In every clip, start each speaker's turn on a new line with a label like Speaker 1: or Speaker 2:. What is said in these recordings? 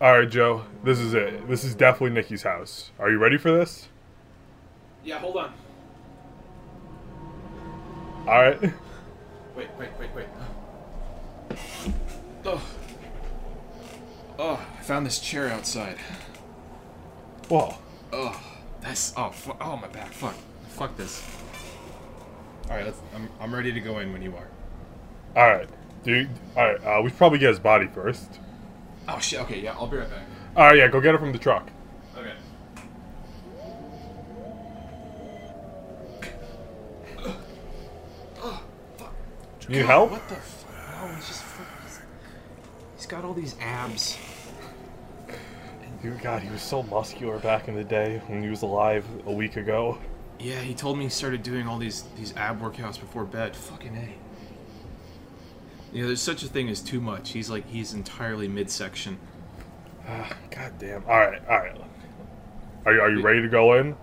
Speaker 1: All right, Joe. This is it. This is definitely Nikki's house. Are you ready for this?
Speaker 2: Yeah, hold on.
Speaker 1: All right.
Speaker 2: Wait, wait, wait, wait. Oh. Oh, I found this chair outside.
Speaker 1: Whoa.
Speaker 2: Oh, that's oh fu- oh my back. Fuck, fuck this.
Speaker 3: All right, let's, I'm, I'm ready to go in when you are.
Speaker 1: All right, dude. All right. Uh, we should probably get his body first.
Speaker 2: Oh shit. Okay, yeah, I'll be right back.
Speaker 1: All right. Yeah. Go get it from the truck.
Speaker 2: Okay. Oh, fuck.
Speaker 1: You need help?
Speaker 2: What the? Fuck? Oh, he's just. fuck- he's- he's got all these abs.
Speaker 1: Dude, God, he was so muscular back in the day when he was alive a week ago.
Speaker 2: Yeah, he told me he started doing all these these ab workouts before bed. Fucking a. You know, there's such a thing as too much. He's like he's entirely midsection.
Speaker 1: Ah, God damn. All right. All right. Are you, are you ready to go in?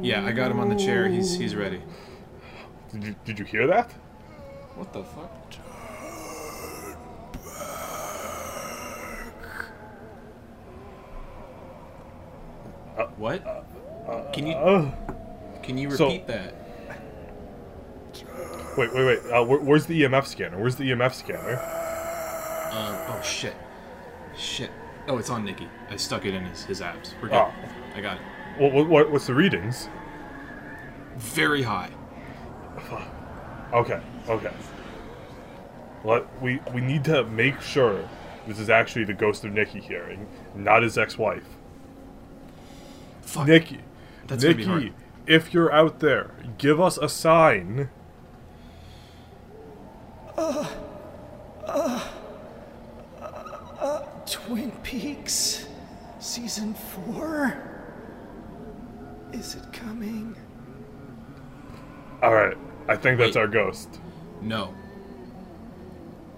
Speaker 2: Yeah, I got him on the chair. He's he's ready.
Speaker 1: Did you, did you hear that?
Speaker 2: What the fuck? Uh, What? Can you
Speaker 1: Oh.
Speaker 2: can you
Speaker 1: so-
Speaker 2: repeat that?
Speaker 1: Wait, wait, wait. Uh, where, where's the EMF scanner? Where's the EMF scanner?
Speaker 2: Uh, oh shit, shit. Oh, it's on Nikki. I stuck it in his, his abs. We're good.
Speaker 1: Oh.
Speaker 2: I got it.
Speaker 1: What, what, what, what's the readings?
Speaker 2: Very high.
Speaker 1: Okay, okay. Let we we need to make sure this is actually the ghost of Nikki hearing, not his ex-wife.
Speaker 2: Fuck.
Speaker 1: Nikki,
Speaker 2: That's gonna be
Speaker 1: Nikki,
Speaker 2: hard.
Speaker 1: if you're out there, give us a sign.
Speaker 4: Twin Peaks season 4 Is it coming?
Speaker 1: All right, I think that's
Speaker 2: Wait.
Speaker 1: our ghost.
Speaker 2: No.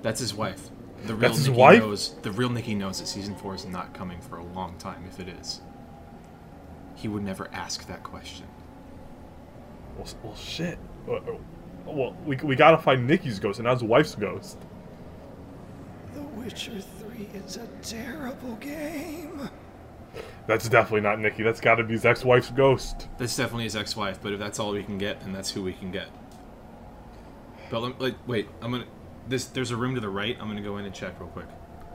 Speaker 2: That's his wife. The real
Speaker 1: That's his
Speaker 2: Nikki
Speaker 1: wife?
Speaker 2: knows. The real Nikki knows that season four is not coming for a long time. If it is, he would never ask that question.
Speaker 1: Well, s- well shit. Well, well, we we gotta find Nikki's ghost and not his wife's ghost.
Speaker 4: The Witcher 3 is a terrible game.
Speaker 1: That's definitely not Nikki. That's gotta be his ex-wife's ghost.
Speaker 2: That's definitely his ex-wife. But if that's all we can get, then that's who we can get. But lem- like, wait, I'm gonna. This there's a room to the right. I'm gonna go in and check real quick.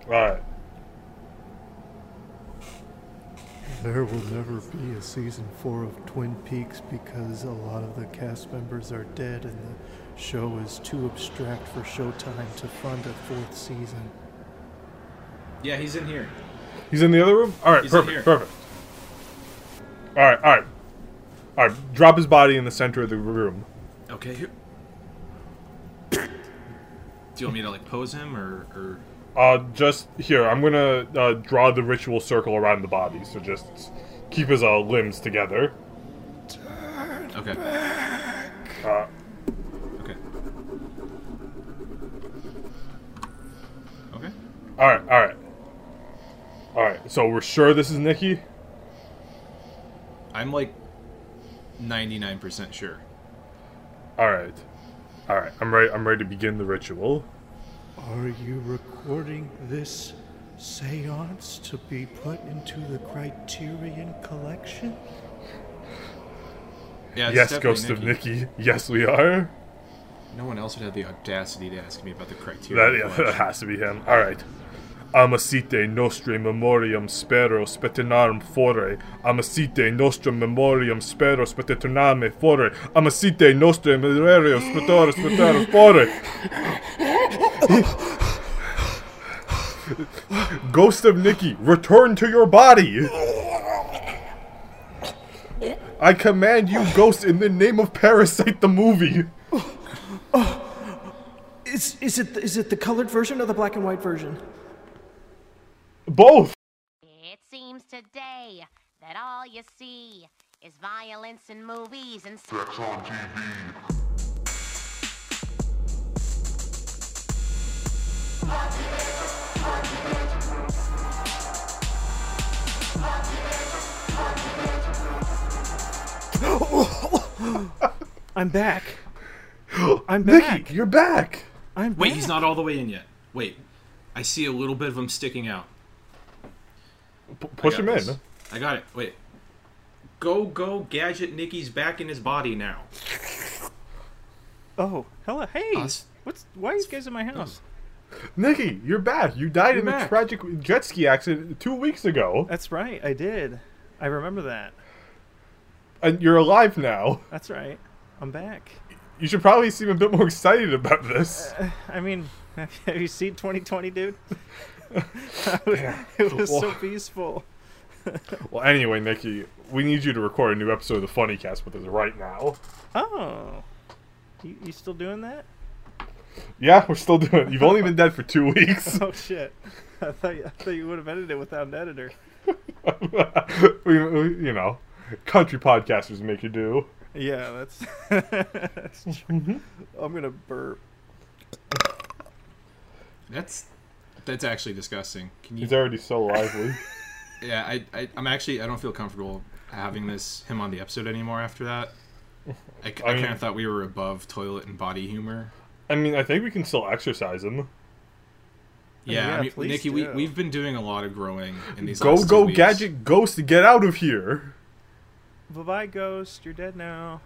Speaker 1: All right.
Speaker 5: There will never be a season four of Twin Peaks because a lot of the cast members are dead and the show is too abstract for Showtime to fund a fourth season.
Speaker 2: Yeah, he's in here.
Speaker 1: He's in the other room? Alright,
Speaker 2: He's in here.
Speaker 1: perfect, perfect. Alright, alright. Alright, drop his body in the center of the room.
Speaker 2: Okay. Here. Do you want me to like pose him or? or...
Speaker 1: Uh, just here, I'm gonna uh, draw the ritual circle around the body, so just keep his uh, limbs together.
Speaker 2: Okay.
Speaker 1: Uh,
Speaker 2: Okay. Okay.
Speaker 1: alright, alright. Alright, so we're sure this is Nikki?
Speaker 2: I'm like 99% sure.
Speaker 1: Alright. Alright, I'm ready, I'm ready to begin the ritual.
Speaker 5: Are you recording this seance to be put into the Criterion collection?
Speaker 2: Yeah, it's
Speaker 1: yes,
Speaker 2: definitely
Speaker 1: Ghost of
Speaker 2: Nikki.
Speaker 1: Nikki. Yes, we are.
Speaker 2: No one else would have the audacity to ask me about the criteria.
Speaker 1: That, yeah,
Speaker 2: collection.
Speaker 1: that has to be him. All right. Amacite nostre memoriam spero spetinam fore. Amacite nostrum memoriam spero spetiname fore. Amacite nostre memoriam spetoro spetero fore. Ghost of Nikki, return to your body! I command you, ghost, in the name of Parasite the movie!
Speaker 4: Is is it is it the colored version or the black and white version?
Speaker 1: Both!
Speaker 6: It seems today that all you see is violence in movies and
Speaker 4: I'm back. I'm back.
Speaker 1: Nikki, you're back!
Speaker 4: I'm
Speaker 2: Wait,
Speaker 4: back.
Speaker 2: he's not all the way in yet. Wait. I see a little bit of him sticking out.
Speaker 1: P- push
Speaker 2: got
Speaker 1: him
Speaker 2: this.
Speaker 1: in.
Speaker 2: I got it. Wait. Go, go, Gadget Nicky's back in his body now.
Speaker 7: Oh, hello. Hey,
Speaker 2: Us.
Speaker 7: what's why are you guys in my house?
Speaker 1: Nikki, you're back. You died in a
Speaker 2: back.
Speaker 1: tragic jet ski accident two weeks ago,
Speaker 7: That's right. I did. I remember that.
Speaker 1: and you're alive now.
Speaker 7: That's right. I'm back.
Speaker 1: You should probably seem a bit more excited about this.
Speaker 7: I mean, have you, have you seen 2020, dude? it was so peaceful.
Speaker 1: Well, anyway, Nikki, we need you to record a new episode of the Funny Cast with us right now.
Speaker 7: Oh, you, you still doing that?
Speaker 1: Yeah, we're still doing. it. You've only been dead for two weeks.
Speaker 7: Oh shit! I thought you, I thought you would have edited it without an editor.
Speaker 1: we, we- you know, country podcasters make you do.
Speaker 7: Yeah, that's. that's true. I'm gonna burp.
Speaker 2: That's that's actually disgusting. Can you?
Speaker 1: He's already so lively.
Speaker 2: Yeah, I, I I'm actually I don't feel comfortable having this him on the episode anymore after that. I,
Speaker 1: I mean-
Speaker 2: kind of thought we were above toilet and body humor.
Speaker 1: I mean, I think we can still exercise him.
Speaker 2: Yeah,
Speaker 7: yeah,
Speaker 2: I mean,
Speaker 7: please
Speaker 2: Nikki, we
Speaker 7: do.
Speaker 2: we've been doing a lot of growing in these.
Speaker 1: Go,
Speaker 2: last two
Speaker 1: go,
Speaker 2: weeks.
Speaker 1: gadget, ghost, get out of here.
Speaker 7: Bye bye, ghost. You're dead now.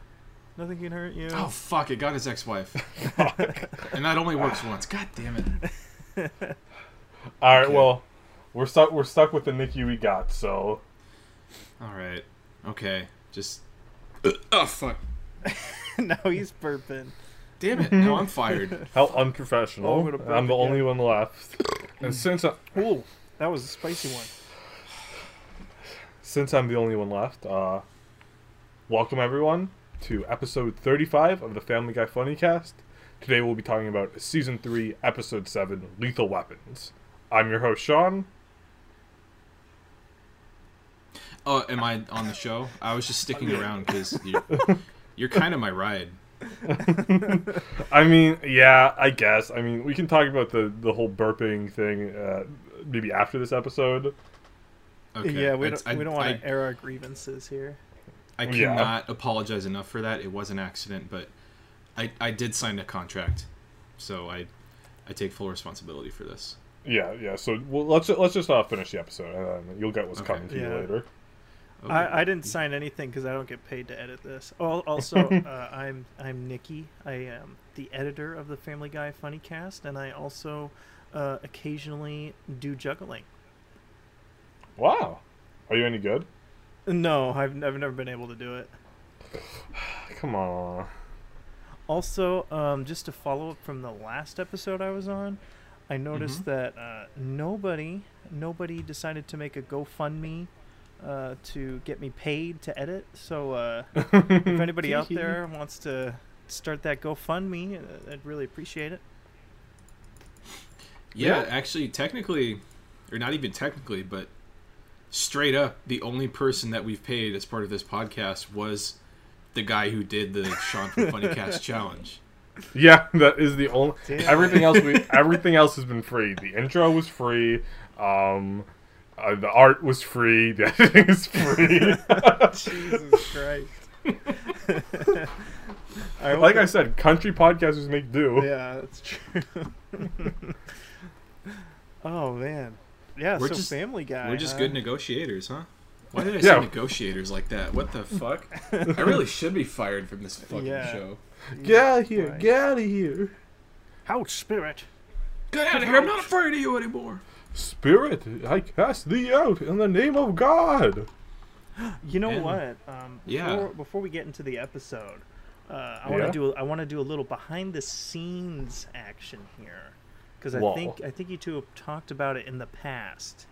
Speaker 7: Nothing can hurt you.
Speaker 2: Oh fuck! It got his ex-wife, and that only works once. God damn it!
Speaker 1: All right, well, we're stuck. We're stuck with the Nikki we got. So
Speaker 2: All right, okay, just. Oh fuck!
Speaker 7: now he's burping.
Speaker 2: Damn
Speaker 7: Mm-hmm.
Speaker 2: it! No, I'm fired.
Speaker 1: how unprofessional.
Speaker 7: Oh, I'm gonna
Speaker 1: I'm the
Speaker 7: burp
Speaker 1: only one left. and since I,
Speaker 7: Ooh, that was a spicy one.
Speaker 1: since I'm the only one left, uh, welcome everyone to episode 35 of the Family Guy Funny Cast. Today we'll be talking about season 3, episode 7, Lethal Weapons. I'm your host, Sean.
Speaker 2: Oh, am I on the show? I was just sticking around because you're, you're kind of my ride.
Speaker 1: I mean, yeah, I guess. I mean, we can talk about the, the whole burping thing uh, maybe after this episode.
Speaker 2: Okay.
Speaker 7: Yeah, we
Speaker 2: it's-
Speaker 7: don't, we don't want
Speaker 2: I,
Speaker 7: to air our grievances here.
Speaker 2: I
Speaker 1: Yeah.
Speaker 2: cannot apologize enough for that. It was an accident, but I, I did sign a contract, so I I take full responsibility for this.
Speaker 1: Yeah, yeah. So well, let's let's just uh, finish the episode, and then you'll get what's
Speaker 2: Okay.
Speaker 1: coming to you
Speaker 7: Yeah.
Speaker 1: later.
Speaker 2: Okay.
Speaker 7: I, I didn't sign anything because I don't get paid to edit this. Al- Also, uh, I'm I'm Nikki. I am the editor of the Family Guy Funny Cast, and I also uh, occasionally do juggling.
Speaker 1: Wow, are you any good?
Speaker 7: No, I've, I've never been able to do it.
Speaker 1: Come on.
Speaker 7: Also, um, just to follow up from the last episode I was on, I noticed
Speaker 2: Mm-hmm.
Speaker 7: that uh, nobody nobody decided to make a GoFundMe uh, to get me paid to edit. So uh, if anybody out there wants to start that GoFundMe, uh, I'd really appreciate it.
Speaker 2: yeah,
Speaker 1: yeah.
Speaker 2: actually, technically, or not even technically, but straight up, the only person that we've paid as part of this podcast was the guy who did the Sean from Funnycast challenge.
Speaker 1: Yeah, that is the only.
Speaker 7: Damn.
Speaker 1: Everything else we everything else has been free. The intro was free. Um, uh, the art was free. The editing is free.
Speaker 7: Jesus Christ! I
Speaker 1: like I
Speaker 7: hope-
Speaker 1: said, country podcasters make do.
Speaker 7: yeah, that's true. oh man, yeah.
Speaker 2: We're
Speaker 7: so
Speaker 2: just-
Speaker 7: Family Guy.
Speaker 2: We're just
Speaker 7: huh?
Speaker 2: good negotiators, huh? Why did I
Speaker 1: Yeah.
Speaker 2: say negotiators like that? What the fuck? I really should be fired from this fucking
Speaker 7: Yeah.
Speaker 2: show.
Speaker 1: Get out of here!
Speaker 7: Right.
Speaker 1: Get out of here!
Speaker 7: Ouch, spirit.
Speaker 2: Get out of here! I'm not afraid of you anymore.
Speaker 1: Spirit, I cast thee out in the name of God.
Speaker 7: You know
Speaker 2: And-
Speaker 7: what? Um,
Speaker 2: Yeah.
Speaker 7: Before, before we get into the episode, uh, I want to
Speaker 1: Yeah?
Speaker 7: do I want to do a little behind the scenes action here because I
Speaker 1: Whoa.
Speaker 7: think I think you two have talked about it in the past,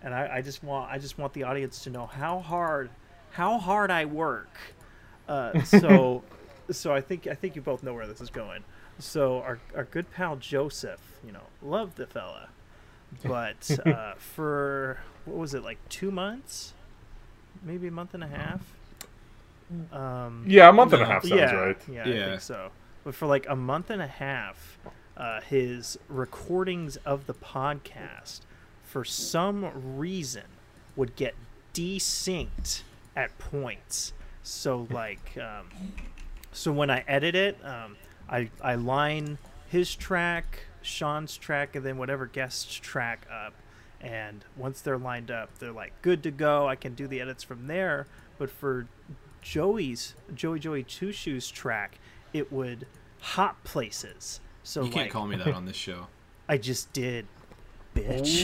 Speaker 7: and I, I just want I just want the audience to know how hard how hard I work. Uh, so so I think I think you both know where this is going. So our our good pal Joseph, you know, love the fella, but uh, for what was it like two months? maybe a month and a half. Um,
Speaker 1: Yeah, a month and a
Speaker 2: No.
Speaker 1: half sounds
Speaker 7: yeah,
Speaker 1: right.
Speaker 7: yeah, I
Speaker 2: Yeah.
Speaker 7: think so. But for like a month and a half, uh, his recordings of the podcast, for some reason, would get desynced at points. So like, um, so when I edit it, um, I I line his track, Sean's track, and then whatever guest's track up, and once they're lined up they're like good to go i can do the edits from there but for joey's joey joey two shoes track it would hot places so
Speaker 2: You can't
Speaker 7: like
Speaker 2: call me that on this show.
Speaker 7: i just did bitch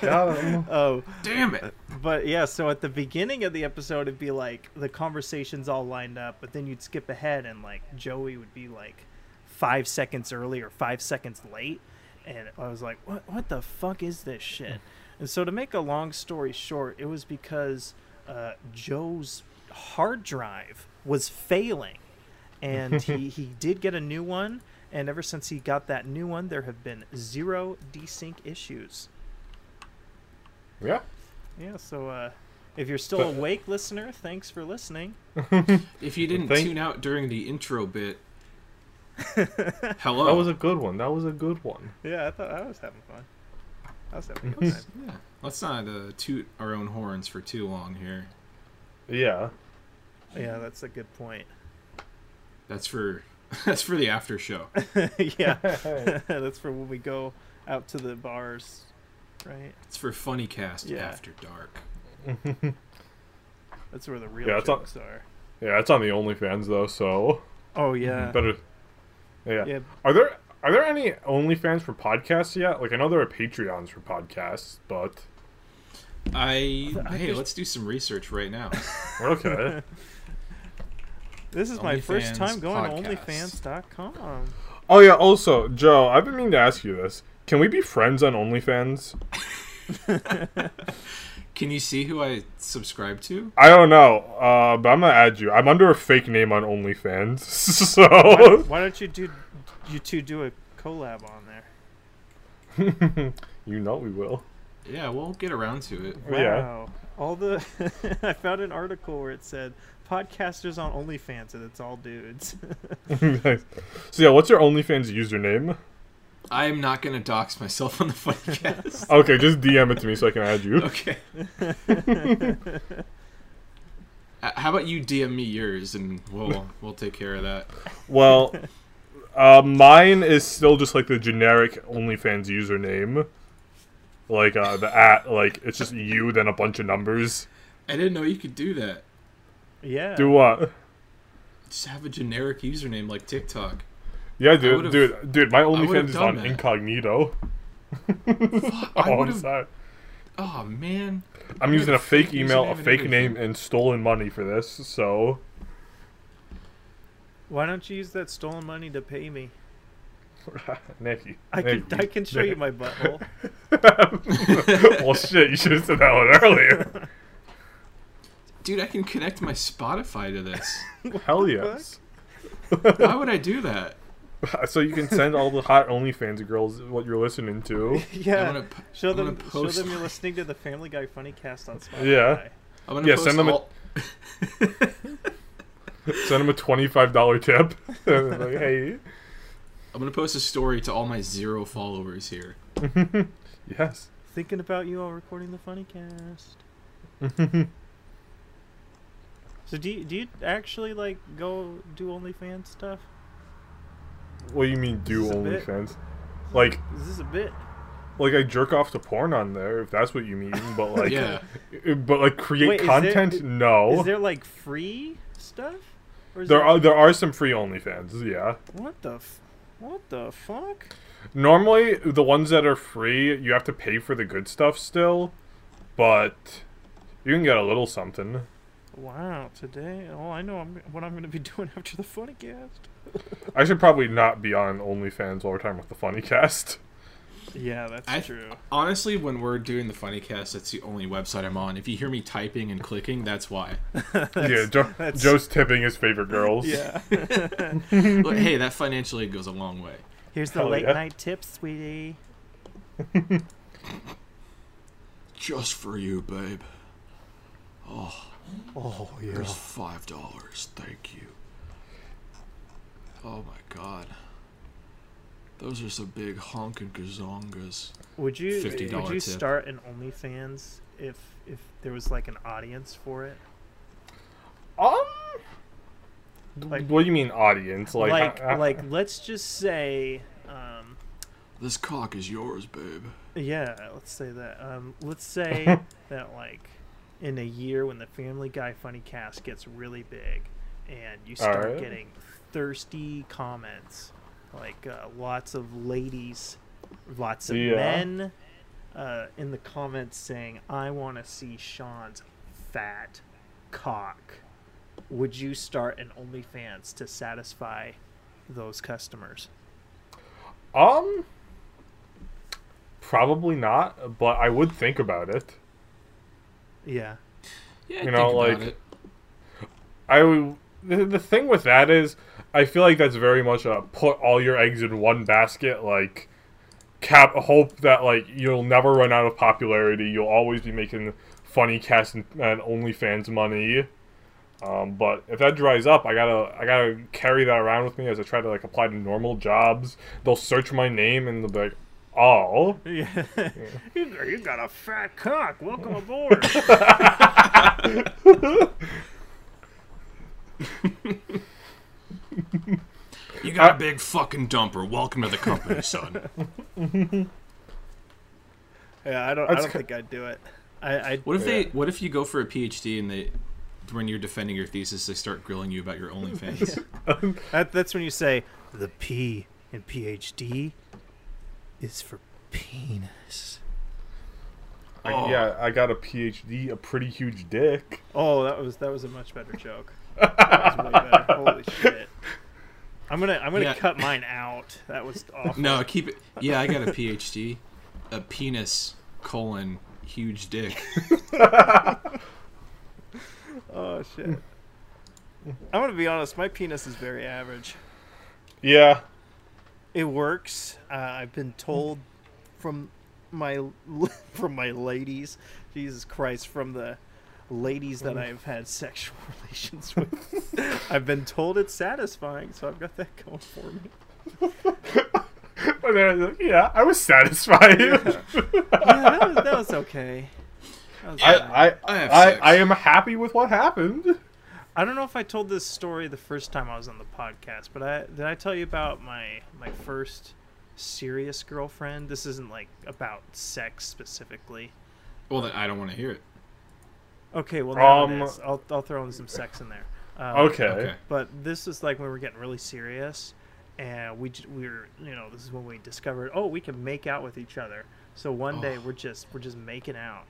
Speaker 3: Got him.
Speaker 7: oh
Speaker 2: Damn it!
Speaker 7: but yeah, so at the beginning of the episode, it'd be like the conversations all lined up, but then you'd skip ahead and like Joey would be like five seconds early or five seconds late, and I was like, what What the fuck is this shit? and so to make a long story short, it was because uh, Joe's hard drive was failing, and he he did get a new one. And ever since he got that new one, there have been zero desync issues.
Speaker 3: yeah.
Speaker 7: Yeah, so uh, if you're still
Speaker 3: But-
Speaker 7: awake, listener, thanks for listening.
Speaker 2: If you didn't
Speaker 3: Thank-
Speaker 2: tune out during the intro bit, hello.
Speaker 1: That was a good one. That was a good one.
Speaker 7: Yeah, I thought I was having fun. I was having a good time.
Speaker 2: yeah. Let's not uh, toot our own horns for too long here.
Speaker 1: Yeah.
Speaker 7: yeah, that's a good point.
Speaker 2: That's for that's for the after show.
Speaker 7: yeah, that's for when we go out to the bars, right?
Speaker 2: It's for Funny Cast
Speaker 7: Yeah.
Speaker 2: after dark.
Speaker 7: That's where the real
Speaker 1: Yeah, it's on-
Speaker 7: jokes are.
Speaker 1: Yeah, it's on the OnlyFans though, so
Speaker 7: Oh
Speaker 1: Mm-hmm.
Speaker 7: yeah,
Speaker 1: better. Yeah.
Speaker 7: yeah.
Speaker 1: Are there are there any OnlyFans for podcasts yet? Like I know there are Patreons for podcasts, but
Speaker 2: I,
Speaker 7: I
Speaker 2: hey,
Speaker 7: just-
Speaker 2: let's do some research right now.
Speaker 1: okay.
Speaker 7: This is my first
Speaker 2: OnlyFans
Speaker 7: time going
Speaker 2: podcast.
Speaker 7: to OnlyFans.com.
Speaker 1: oh yeah. Also, Joe, I've been meaning to ask you this. Can we be friends on OnlyFans?
Speaker 2: Can you see who I subscribe to?
Speaker 1: I don't know, uh, but I'm gonna add you. I'm under a fake name on OnlyFans,
Speaker 7: Why,
Speaker 1: so
Speaker 7: why don't you do you two do a collab on there?
Speaker 1: you know we will.
Speaker 2: Yeah, we'll get around to it.
Speaker 1: Yeah.
Speaker 7: Wow. All the I found an article where it said podcasters on OnlyFans and it's all dudes.
Speaker 1: Nice. So yeah, what's your OnlyFans username?
Speaker 2: I'm not gonna dox myself on the podcast.
Speaker 1: Okay, just DM it to me so I can add you.
Speaker 2: okay. Uh, How about you DM me yours and we'll we'll take care of that.
Speaker 1: Well, uh, mine is still just like the generic OnlyFans username, like uh, the at, like it's just you then a bunch of numbers.
Speaker 2: I didn't know you could do that.
Speaker 7: yeah.
Speaker 1: Do what?
Speaker 2: Just have a generic username like TikTok.
Speaker 1: Yeah,
Speaker 2: would've-
Speaker 1: dude, dude, dude. My
Speaker 2: would've
Speaker 1: OnlyFans is
Speaker 2: done
Speaker 1: on
Speaker 2: that.
Speaker 1: incognito.
Speaker 2: I
Speaker 1: Oh, I'm
Speaker 2: would've-
Speaker 1: sorry.
Speaker 2: Oh man.
Speaker 1: I'm using a
Speaker 2: a
Speaker 1: fake
Speaker 2: fake
Speaker 1: email,
Speaker 2: username
Speaker 1: a
Speaker 2: and
Speaker 1: fake
Speaker 2: everything.
Speaker 1: name, and stolen money for this. So
Speaker 7: Why don't you use that stolen money to pay me?
Speaker 1: Nicky,
Speaker 7: I can I can show you my butthole.
Speaker 1: well, shit, you should have said that one earlier.
Speaker 2: Dude, I can connect my Spotify to this.
Speaker 1: Hell yes.
Speaker 2: Why would I do that?
Speaker 1: So you can send all the hot OnlyFans girls what you're listening to.
Speaker 7: yeah.
Speaker 2: I'm gonna p-
Speaker 7: show
Speaker 2: I'm gonna
Speaker 7: them show
Speaker 2: post
Speaker 7: them you're
Speaker 2: my-
Speaker 7: listening to the Family Guy Funny Cast on Spotify.
Speaker 1: Yeah.
Speaker 2: I'm gonna
Speaker 1: Yeah,
Speaker 2: post
Speaker 1: send them a-
Speaker 2: all-
Speaker 1: Send them a twenty-five dollar tip. like, hey,
Speaker 2: I'm gonna post a story to all my zero followers here.
Speaker 1: yes.
Speaker 7: Thinking about you all recording the Funny Cast. so do you, do you actually like go do OnlyFans stuff?
Speaker 1: What do you mean do
Speaker 7: This is a bit-
Speaker 1: OnlyFans? Like,
Speaker 7: Is this a bit?
Speaker 1: like I jerk off to porn on there if that's what you mean. But like, uh,
Speaker 2: Yeah.
Speaker 1: But like, create
Speaker 7: Wait, is there-
Speaker 1: content?
Speaker 7: is-
Speaker 1: no.
Speaker 7: Is there like free stuff? Or is
Speaker 1: there
Speaker 7: it-
Speaker 1: are there are some free OnlyFans. Yeah.
Speaker 7: What the f- What the fuck?
Speaker 1: Normally, the ones that are free, you have to pay for the good stuff still, but you can get a little something.
Speaker 7: Wow, today all I know I'm, what I'm going to be doing after the funny cast.
Speaker 1: I should probably not be on OnlyFans all the time with the funny cast.
Speaker 7: Yeah, that's
Speaker 2: I-
Speaker 7: true.
Speaker 2: Honestly, when we're doing the funny cast, that's the only website I'm on. If you hear me typing and clicking, that's why.
Speaker 1: yeah, jo-
Speaker 7: that's-
Speaker 1: Joe's tipping his favorite girls.
Speaker 7: Yeah.
Speaker 2: But hey, that financial aid goes a long way.
Speaker 7: Here's the
Speaker 1: Hell
Speaker 7: late
Speaker 1: yeah.
Speaker 7: night tip, sweetie.
Speaker 2: Just for you, babe.
Speaker 5: Oh, yeah.
Speaker 2: It's five dollars. Thank you. Oh my god. Those are some big honkin' gazongas.
Speaker 7: Would you
Speaker 2: $50
Speaker 7: would you
Speaker 2: tip.
Speaker 7: start an OnlyFans if if there was like an audience for it?
Speaker 1: Um.
Speaker 7: Like-
Speaker 1: what do you mean audience? Like,
Speaker 7: Like like,
Speaker 1: I- I-
Speaker 7: let's just say um
Speaker 2: This cock is yours, babe.
Speaker 7: Yeah, let's say that. Um, let's say that like in a year when the Family Guy funny cast gets really big, and you start
Speaker 1: Alright.
Speaker 7: getting thirsty comments, like uh, lots of ladies, lots of
Speaker 1: Yeah.
Speaker 7: men, uh, in the comments saying, "I want to see Sean's fat cock." Would you start an OnlyFans to satisfy those customers?
Speaker 1: Um, probably not, but I would think about it.
Speaker 7: Yeah.
Speaker 2: Yeah,
Speaker 1: You know, like- I w- the, the thing with that is, I feel like that's very much a put all your eggs in one basket, like cap hope that like you'll never run out of popularity. You'll always be making funny cast and, and OnlyFans money. Um, but if that dries up, I gotta I gotta carry that around with me as I try to like apply to normal jobs. They'll search my name and they'll be like, "Oh,
Speaker 7: Yeah. you, you got a fat cock. Welcome aboard.
Speaker 2: you got a big fucking dumper. Welcome to the company, son.
Speaker 7: yeah, I don't. I
Speaker 1: That's
Speaker 7: don't
Speaker 1: ki-
Speaker 7: think I'd do it. I. I
Speaker 2: What if they? What if you go for a PhD and they, when you're defending your thesis, they start grilling you about your OnlyFans?
Speaker 7: that, that's when you say
Speaker 5: The P in PhD is for penis.
Speaker 1: I, yeah, I got a PhD, a pretty huge dick."
Speaker 7: Oh, that was that was a much better joke. That was way better. Holy shit! I'm gonna I'm gonna
Speaker 2: Yeah.
Speaker 7: cut mine out. That was awful.
Speaker 2: no, keep it. Yeah, I got a PhD, a penis colon huge dick.
Speaker 7: Oh shit! I'm gonna be honest. My penis is very average.
Speaker 1: Yeah,
Speaker 7: It works. Uh, I've been told from my from my ladies, Jesus Christ, from the ladies that I've had sexual relations with. I've been told it's satisfying, so I've got that going for me.
Speaker 1: And then I was like, yeah, I was satisfied.
Speaker 7: Yeah, that was, that was okay. That was all right.
Speaker 1: I, I,
Speaker 2: I have
Speaker 1: I,
Speaker 2: sex.
Speaker 1: I am happy with what happened.
Speaker 7: I don't know if I told this story the first time I was on the podcast, but I did I tell you about my my first serious girlfriend? This isn't like about sex specifically.
Speaker 2: Well, then I don't want to hear it.
Speaker 7: Okay, well now it
Speaker 1: Um,
Speaker 7: is. I'll I'll throw in some sex in there. Um,
Speaker 1: Okay.
Speaker 2: Okay.
Speaker 7: But this is like when we're getting really serious, and we j- we were you know this is when we discovered oh we can make out with each other. So one day we're just we're just making out,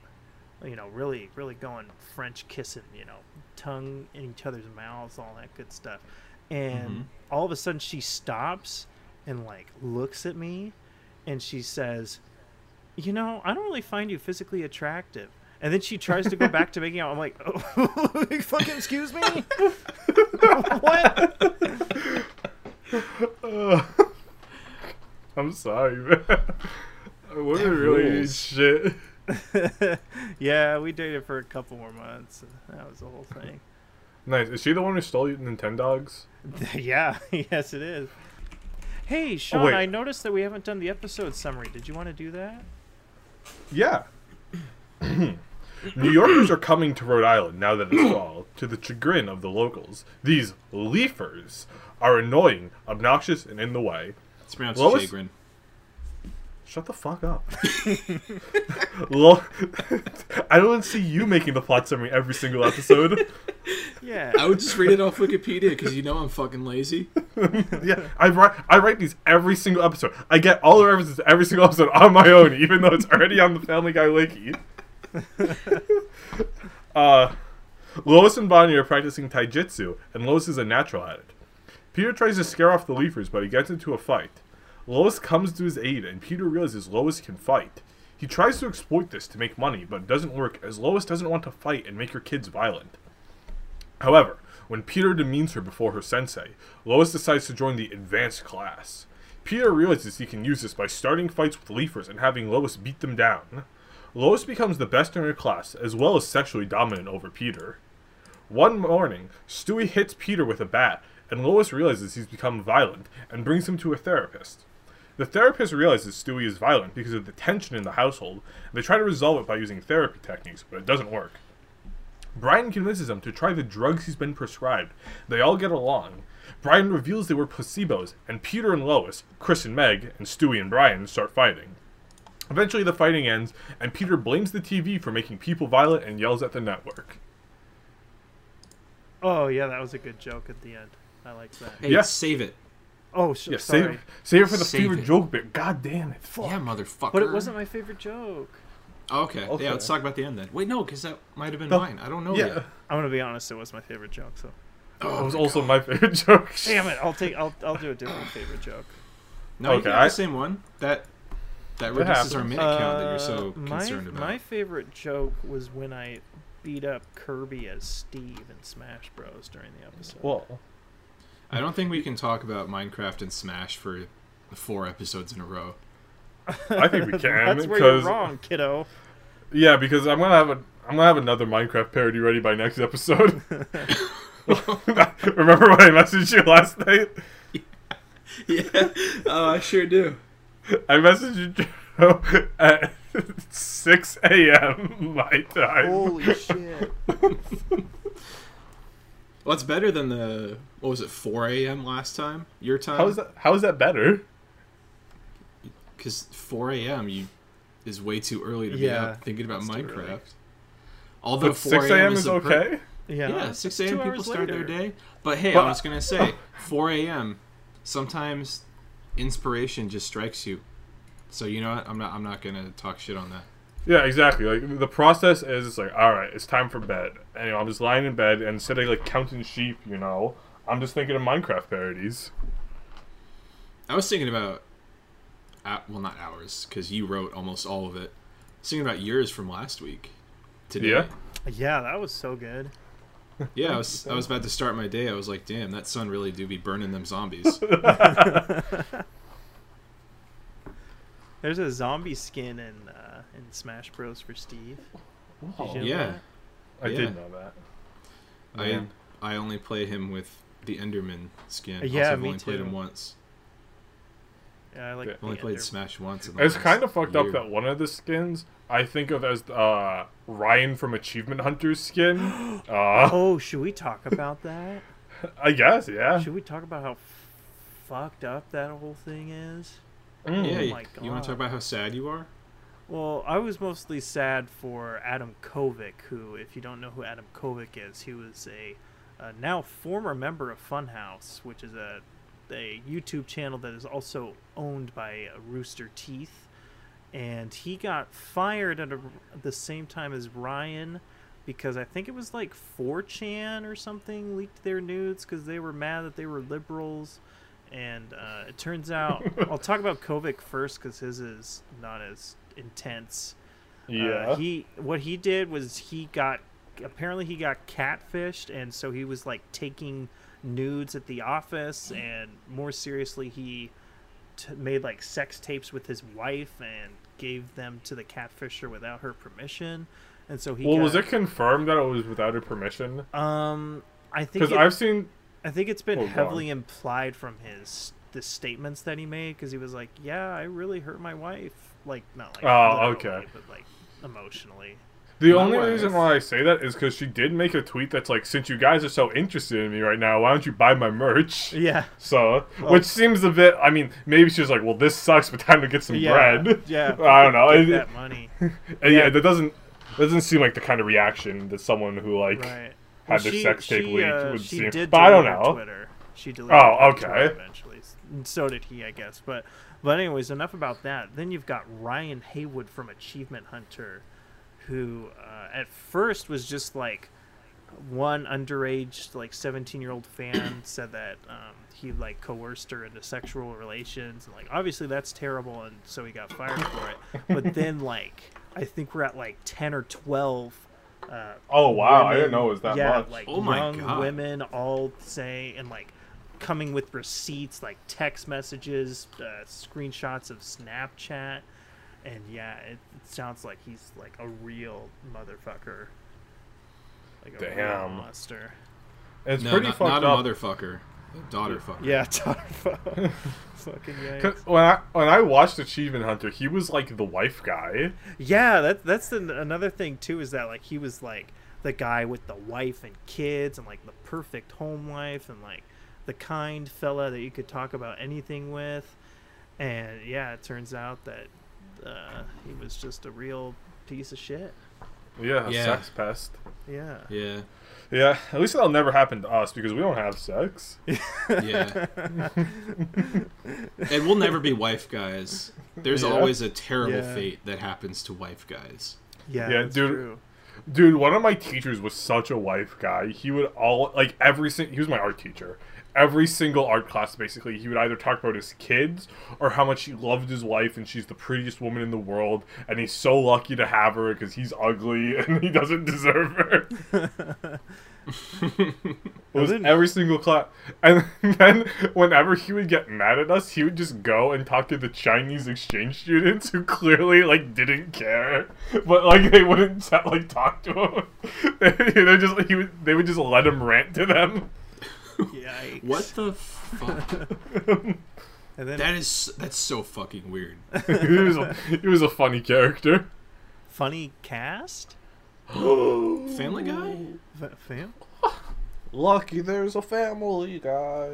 Speaker 7: you know, really really going French kissing, you know, tongue in each other's mouths, all that good stuff. And all of a sudden she stops and like looks at me, and she says, you know, I don't really find you physically attractive. And then she tries to go back to making out. I'm like, oh, fucking excuse me? what?
Speaker 1: I'm sorry, man. Women really need shit.
Speaker 7: yeah, we dated for a couple more months. That was the whole thing.
Speaker 1: Nice. Is she the one who stole your Nintendogs?
Speaker 7: yeah, yes, it is. Hey, Sean,
Speaker 1: wait.
Speaker 7: I noticed that we haven't done the episode summary. Did you want to do that?
Speaker 1: Yeah. New Yorkers are coming to Rhode Island now that it's fall, to the chagrin of the locals. These leafers are annoying, obnoxious, and in the way.
Speaker 2: It's pronounced
Speaker 1: What was-
Speaker 2: chagrin.
Speaker 1: Shut the fuck up. Lo- I don't see you making the plot summary every single episode.
Speaker 7: Yeah.
Speaker 2: I would just read it off Wikipedia because you know I'm fucking lazy.
Speaker 1: Yeah, I write I write these every single episode. I get all the references to every single episode on my own, even though it's already on the Family Guy wiki. uh, Lois and Bonnie are practicing taijutsu, and Lois is a natural at it. Peter tries to scare off the Leafers, but he gets into a fight. Lois comes to his aid, and Peter realizes Lois can fight. He tries to exploit this to make money, but it doesn't work as Lois doesn't want to fight and make her kids violent. However, when Peter demeans her before her sensei, Lois decides to join the advanced class. Peter realizes he can use this by starting fights with Leafers and having Lois beat them down. Lois becomes the best in her class, as well as sexually dominant over Peter. One morning, Stewie hits Peter with a bat, and Lois realizes he's become violent and brings him to a therapist. The therapist realizes Stewie is violent because of the tension in the household, and they try to resolve it by using therapy techniques, but it doesn't work. Brian convinces them to try the drugs he's been prescribed. They all get along. Brian reveals they were placebos, and Peter and Lois, Chris and Meg, and Stewie and Brian start fighting. Eventually, the fighting ends, and Peter blames the TV for making people violent and yells at the network.
Speaker 7: Oh yeah, that was a good joke at the end. I like that.
Speaker 2: Hey,
Speaker 1: Yeah.
Speaker 2: save it.
Speaker 7: Oh, sh-
Speaker 1: Yeah,
Speaker 7: sorry.
Speaker 1: save, save it for the
Speaker 2: Save
Speaker 1: favorite
Speaker 2: it.
Speaker 1: joke bit. God damn it. Fuck.
Speaker 2: Yeah, motherfucker.
Speaker 7: But it wasn't my favorite joke.
Speaker 2: Oh, okay.
Speaker 1: Okay.
Speaker 2: Yeah, let's talk about the end then. Wait, no, because that might have been mine. I don't know
Speaker 1: Yeah.
Speaker 2: yet.
Speaker 7: I'm gonna be honest. It was my favorite joke. So
Speaker 1: That was also my favorite joke.
Speaker 7: Oh damn it. I'll take. I'll. I'll do a different favorite joke.
Speaker 2: No, you
Speaker 1: Okay,
Speaker 2: can
Speaker 1: I-
Speaker 2: have the same one. That that reduces our
Speaker 1: happens.
Speaker 2: minute count that you're so
Speaker 7: Uh, my,
Speaker 2: concerned about.
Speaker 7: My favorite joke was when I beat up Kirby as Steve in Smash Bros. during the episode.
Speaker 1: Well,
Speaker 2: I don't think we can talk about Minecraft and Smash for four episodes in a row.
Speaker 1: I think we can.
Speaker 7: That's where you're
Speaker 1: 'cause-
Speaker 7: wrong, kiddo.
Speaker 1: Yeah, because I'm gonna have a I'm gonna have another Minecraft parody ready by next episode. Remember when I messaged you last night?
Speaker 2: Yeah. Oh, I sure do.
Speaker 1: I messaged you at 6 a.m. my time.
Speaker 4: Holy shit.
Speaker 2: Well, it's better than the what was it 4 a.m. last time? Your time?
Speaker 1: How's that? How's that better?
Speaker 2: Because 4 a.m. you is way too early to
Speaker 7: Yeah,
Speaker 2: be up thinking about
Speaker 7: that's too early.
Speaker 2: Minecraft. Although
Speaker 1: But 6 a.m. is
Speaker 2: a per-
Speaker 1: okay.
Speaker 7: Yeah.
Speaker 2: Yeah,
Speaker 7: it's
Speaker 2: 6
Speaker 7: two
Speaker 2: a.m. people
Speaker 7: hours
Speaker 2: start their
Speaker 7: later.
Speaker 2: day. But hey,
Speaker 1: But-
Speaker 2: I was gonna say 4 a.m. Sometimes inspiration just strikes you. So you know what? I'm not. I'm not gonna talk shit on that.
Speaker 1: Yeah, exactly. Like the process is, it's like, all right, it's time for bed. And you know, I'm just lying in bed and instead of like counting sheep, you know, I'm just thinking of Minecraft parodies.
Speaker 2: I was thinking about, uh, well, not ours, because you wrote almost all of it. I was thinking about yours from last week. Today.
Speaker 1: Yeah.
Speaker 7: Yeah, that was so good.
Speaker 2: Yeah, I was, I was about to start my day. I was like, damn, that sun really do be burning them zombies.
Speaker 7: There's a zombie skin in uh, in Smash Bros for Steve. Did you know
Speaker 2: yeah.
Speaker 7: that?
Speaker 1: I
Speaker 2: Oh, Yeah.
Speaker 1: did know that.
Speaker 2: I
Speaker 1: Man.
Speaker 2: I only play him with the Enderman skin.
Speaker 7: Yeah,
Speaker 2: also, I've
Speaker 7: me
Speaker 2: only played
Speaker 7: too.
Speaker 2: him once.
Speaker 7: Yeah, I like.
Speaker 1: Yeah.
Speaker 7: the
Speaker 2: I only played
Speaker 7: Enderman.
Speaker 2: Smash once. In the
Speaker 1: It's
Speaker 2: last
Speaker 1: kind of fucked up
Speaker 2: year.
Speaker 1: that one of the skins I think of as uh, Ryan from Achievement Hunter's skin. Uh,
Speaker 7: Oh, should we talk about that?
Speaker 1: I guess, yeah.
Speaker 7: Should we talk about how fucked up that whole thing is?
Speaker 2: Yeah,
Speaker 7: Oh
Speaker 2: you-
Speaker 7: my
Speaker 2: you want
Speaker 7: God.
Speaker 2: to talk about how sad you are?
Speaker 7: Well, I was mostly sad for Adam Kovic, who, if you don't know who Adam Kovic is, he was a, uh now former member of Funhouse, which is a a YouTube channel that is also owned by uh, Rooster Teeth, and he got fired at a, the same time as Ryan because I think it was like 4chan or something leaked their nudes because they were mad that they were liberals. And uh, it turns out, I'll talk about Kovic first because his is not as intense. Uh,
Speaker 1: Yeah.
Speaker 7: he what he did was he got apparently he got catfished, and so he was like taking nudes at the office, and more seriously, he t- made like sex tapes with his wife and gave them to the catfisher without her permission. And so he
Speaker 1: well,
Speaker 7: got,
Speaker 1: was it confirmed that it was without her permission?
Speaker 7: um, I think
Speaker 1: Because
Speaker 7: it-
Speaker 1: I've seen.
Speaker 7: I think it's been
Speaker 1: Hold on.
Speaker 7: heavily implied from his the statements that he made because he was like, "Yeah, I really hurt my wife." Like not like
Speaker 1: Oh,
Speaker 7: literally,
Speaker 1: okay.
Speaker 7: but like emotionally.
Speaker 1: The
Speaker 2: My
Speaker 1: only
Speaker 2: wife.
Speaker 1: reason why I say that is because she did make a tweet that's like, since you guys are so interested in me right now, why don't you buy my merch?
Speaker 7: Yeah,
Speaker 1: So,
Speaker 7: Oh.
Speaker 1: which seems a bit. I mean, maybe she's like, well, this sucks, but time to get some
Speaker 7: yeah,
Speaker 1: bread.
Speaker 7: yeah.
Speaker 1: I don't know.
Speaker 7: Get
Speaker 1: It-
Speaker 7: that money,
Speaker 1: and yeah, that doesn't. Doesn't seem like the kind of reaction that someone who like
Speaker 7: right?
Speaker 1: Had their sex tape
Speaker 7: she,
Speaker 1: leaked,
Speaker 7: uh,
Speaker 1: would
Speaker 7: she
Speaker 1: seem-
Speaker 7: did
Speaker 1: but I don't
Speaker 7: delete her
Speaker 1: know.
Speaker 7: Twitter. She deleted.
Speaker 1: Oh,
Speaker 7: her Twitter
Speaker 1: okay.
Speaker 7: Eventually, And so did he, I guess. But but anyways, enough about that. Then you've got Ryan Haywood from Achievement Hunter, who uh, at first was just like one underage like 17 year old fan said that um, he like coerced her into sexual relations and like obviously that's terrible and so he got fired for it but then like i think we're at like 10 or 12 uh,
Speaker 1: Oh wow, I didn't
Speaker 7: women-
Speaker 1: know it was that
Speaker 7: yeah,
Speaker 1: much.
Speaker 7: like
Speaker 2: Oh my
Speaker 7: young
Speaker 2: God.
Speaker 7: women all say and like coming with receipts, like text messages, uh, screenshots of Snapchat, and yeah, it, it sounds like he's like a real motherfucker, like a
Speaker 1: Damn.
Speaker 7: real monster.
Speaker 1: it's
Speaker 2: No,
Speaker 1: pretty
Speaker 2: not,
Speaker 1: fucked
Speaker 2: not a
Speaker 1: up.
Speaker 2: motherfucker. daughter fucker.
Speaker 7: Yeah, Tarfo. Fucking yikes.
Speaker 1: 'Cause When I when I watched Achievement Hunter, he was like the wife guy.
Speaker 7: Yeah, that that's an, another thing too is that like he was like the guy with the wife and kids and like the perfect home life and like the kind fella that you could talk about anything with. And yeah, it turns out that uh, he was just a real piece of shit.
Speaker 1: Yeah, a
Speaker 2: Yeah.
Speaker 1: sex pest.
Speaker 7: Yeah.
Speaker 2: Yeah.
Speaker 1: Yeah, at least that'll never happen to us because we don't have sex.
Speaker 2: Yeah. and we'll never be wife guys. There's always a terrible
Speaker 5: Yeah.
Speaker 2: fate that happens to wife guys.
Speaker 7: Yeah,
Speaker 1: Yeah,
Speaker 7: that's
Speaker 1: dude.
Speaker 7: true.
Speaker 1: Dude, one of my teachers was such a wife guy. He would all like every single. He was my art teacher. Every single art class, basically, he would either talk about his kids or how much he loved his wife and she's the prettiest woman in the world and he's so lucky to have her because he's ugly and he doesn't deserve her. it was every single class. And then, whenever he would get mad at us, he would just go and talk to the Chinese exchange students who clearly like didn't care, but like they wouldn't ta- like talk to him. they just he would, they would just let him rant to them.
Speaker 7: Yikes.
Speaker 2: What the fuck?
Speaker 7: And then
Speaker 2: that is that's so fucking weird.
Speaker 1: he was a, he was a funny character.
Speaker 7: funny cast?
Speaker 2: Family Guy?
Speaker 5: Fa- Fam?
Speaker 1: Lucky there's a family guy.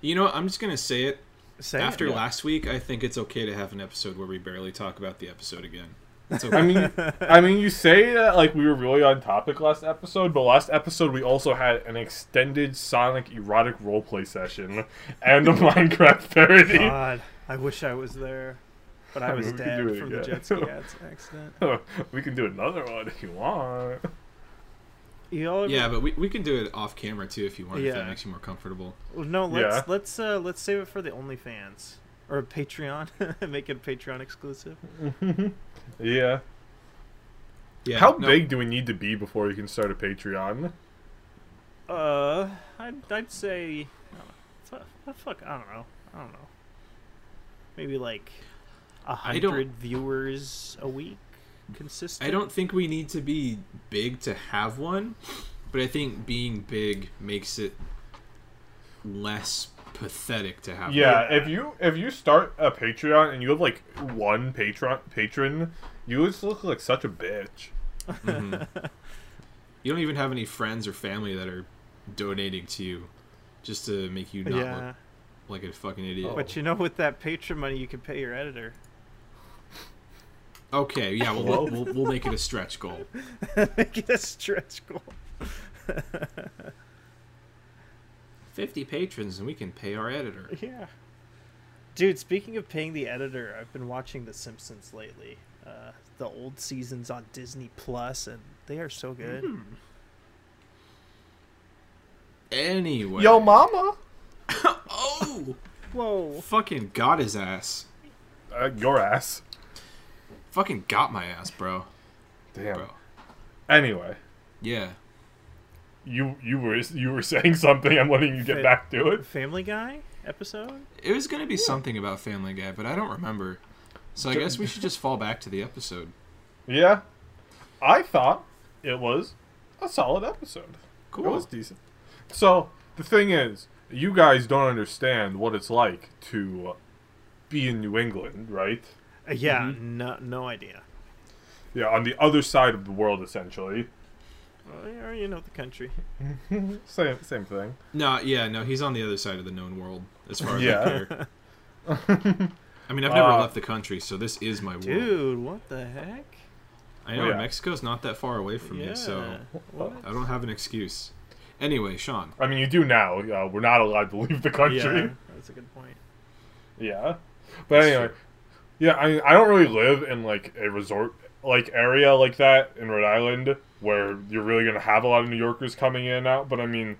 Speaker 2: You know what? I'm just gonna say it.
Speaker 7: Say it.
Speaker 2: After last week, I think it's okay to have an episode where we barely talk about the episode again. It's
Speaker 1: I
Speaker 2: okay.
Speaker 1: mean, I mean, you say that like we were really on topic last episode, but last episode we also had an extended Sonic erotic roleplay session and a Minecraft parody.
Speaker 7: God, I wish I was there. But I
Speaker 1: I
Speaker 7: was
Speaker 1: mean, we can
Speaker 7: dead
Speaker 1: do it
Speaker 7: from the
Speaker 1: again.
Speaker 7: jet ski ads accident.
Speaker 1: we can do another one if you want.
Speaker 7: You all ever
Speaker 2: yeah, but we, we can do it off camera too if you want. If
Speaker 7: Yeah.
Speaker 2: that makes you more comfortable.
Speaker 7: Well, No, let's
Speaker 1: Yeah.
Speaker 7: let's uh, let's save it for the OnlyFans or Patreon. Make it a Patreon exclusive.
Speaker 1: Yeah.
Speaker 2: Yeah.
Speaker 1: How
Speaker 2: no,
Speaker 1: big do we need to be before you can start a Patreon?
Speaker 7: Uh, I'd, I'd say, uh, fuck, fuck, I don't know, I don't know. Maybe like a
Speaker 2: I don't-
Speaker 7: hundred viewers a week, consistent.
Speaker 2: I don't think we need to be big to have one, but I think being big makes it less pathetic to have.
Speaker 1: Yeah, if you if you start a Patreon and you have like one patron patron, you just look like such a bitch.
Speaker 2: One. You don't even have any friends or family that are donating to you just to make you not
Speaker 7: Yeah,
Speaker 2: look like a fucking
Speaker 1: Oh.
Speaker 2: idiot.
Speaker 7: but you know, with that Patreon money, you can pay your editor.
Speaker 2: Okay, yeah, we'll, we'll we'll make it a stretch goal.
Speaker 7: Make it a stretch goal.
Speaker 2: Fifty patrons, and we can pay our editor.
Speaker 7: Yeah. Dude, speaking of paying the editor, I've been watching The Simpsons lately. Uh, the old seasons on Disney Plus, and they are so good.
Speaker 2: Anyway,
Speaker 1: Yo, mama.
Speaker 2: oh,
Speaker 7: Whoa.
Speaker 2: fucking got his ass.
Speaker 1: Uh, your ass.
Speaker 2: Fucking got my ass, bro.
Speaker 1: Damn.
Speaker 2: Bro,
Speaker 1: Anyway.
Speaker 2: yeah.
Speaker 1: you you were you were saying something. I'm letting you get
Speaker 7: Fit.
Speaker 1: back to it.
Speaker 7: Family Guy episode?
Speaker 2: It was gonna be something about Family Guy, but I don't remember. So I guess we should just fall back to the episode.
Speaker 1: Yeah, I thought it was a solid episode. It
Speaker 2: Cool.
Speaker 1: was decent. So the thing is, you guys don't understand what it's like to be in New England, right?
Speaker 7: Uh, yeah, no, no idea.
Speaker 1: Yeah, on the other side of the world, essentially.
Speaker 7: Well, you already know the country.
Speaker 1: Same same thing.
Speaker 2: No, yeah, no, he's on the other side of the known world as far as
Speaker 1: Yeah.
Speaker 2: I care. I mean, I've never
Speaker 1: Uh,
Speaker 2: left the country, so this is my world.
Speaker 7: Dude, what the heck?
Speaker 2: I know
Speaker 1: Oh, Yeah.
Speaker 2: Mexico's not that far away from
Speaker 7: Yeah.
Speaker 2: me, so
Speaker 7: What?
Speaker 2: I don't have an excuse. Anyway, Sean,
Speaker 1: I mean, you do now. Uh, we're not allowed to leave the country.
Speaker 7: Yeah, that's a good point.
Speaker 1: Yeah. But anyway, yeah, I mean, I don't really live in like a resort like area like that in Rhode Island where you're really going to have a lot of New Yorkers coming in and out, but I mean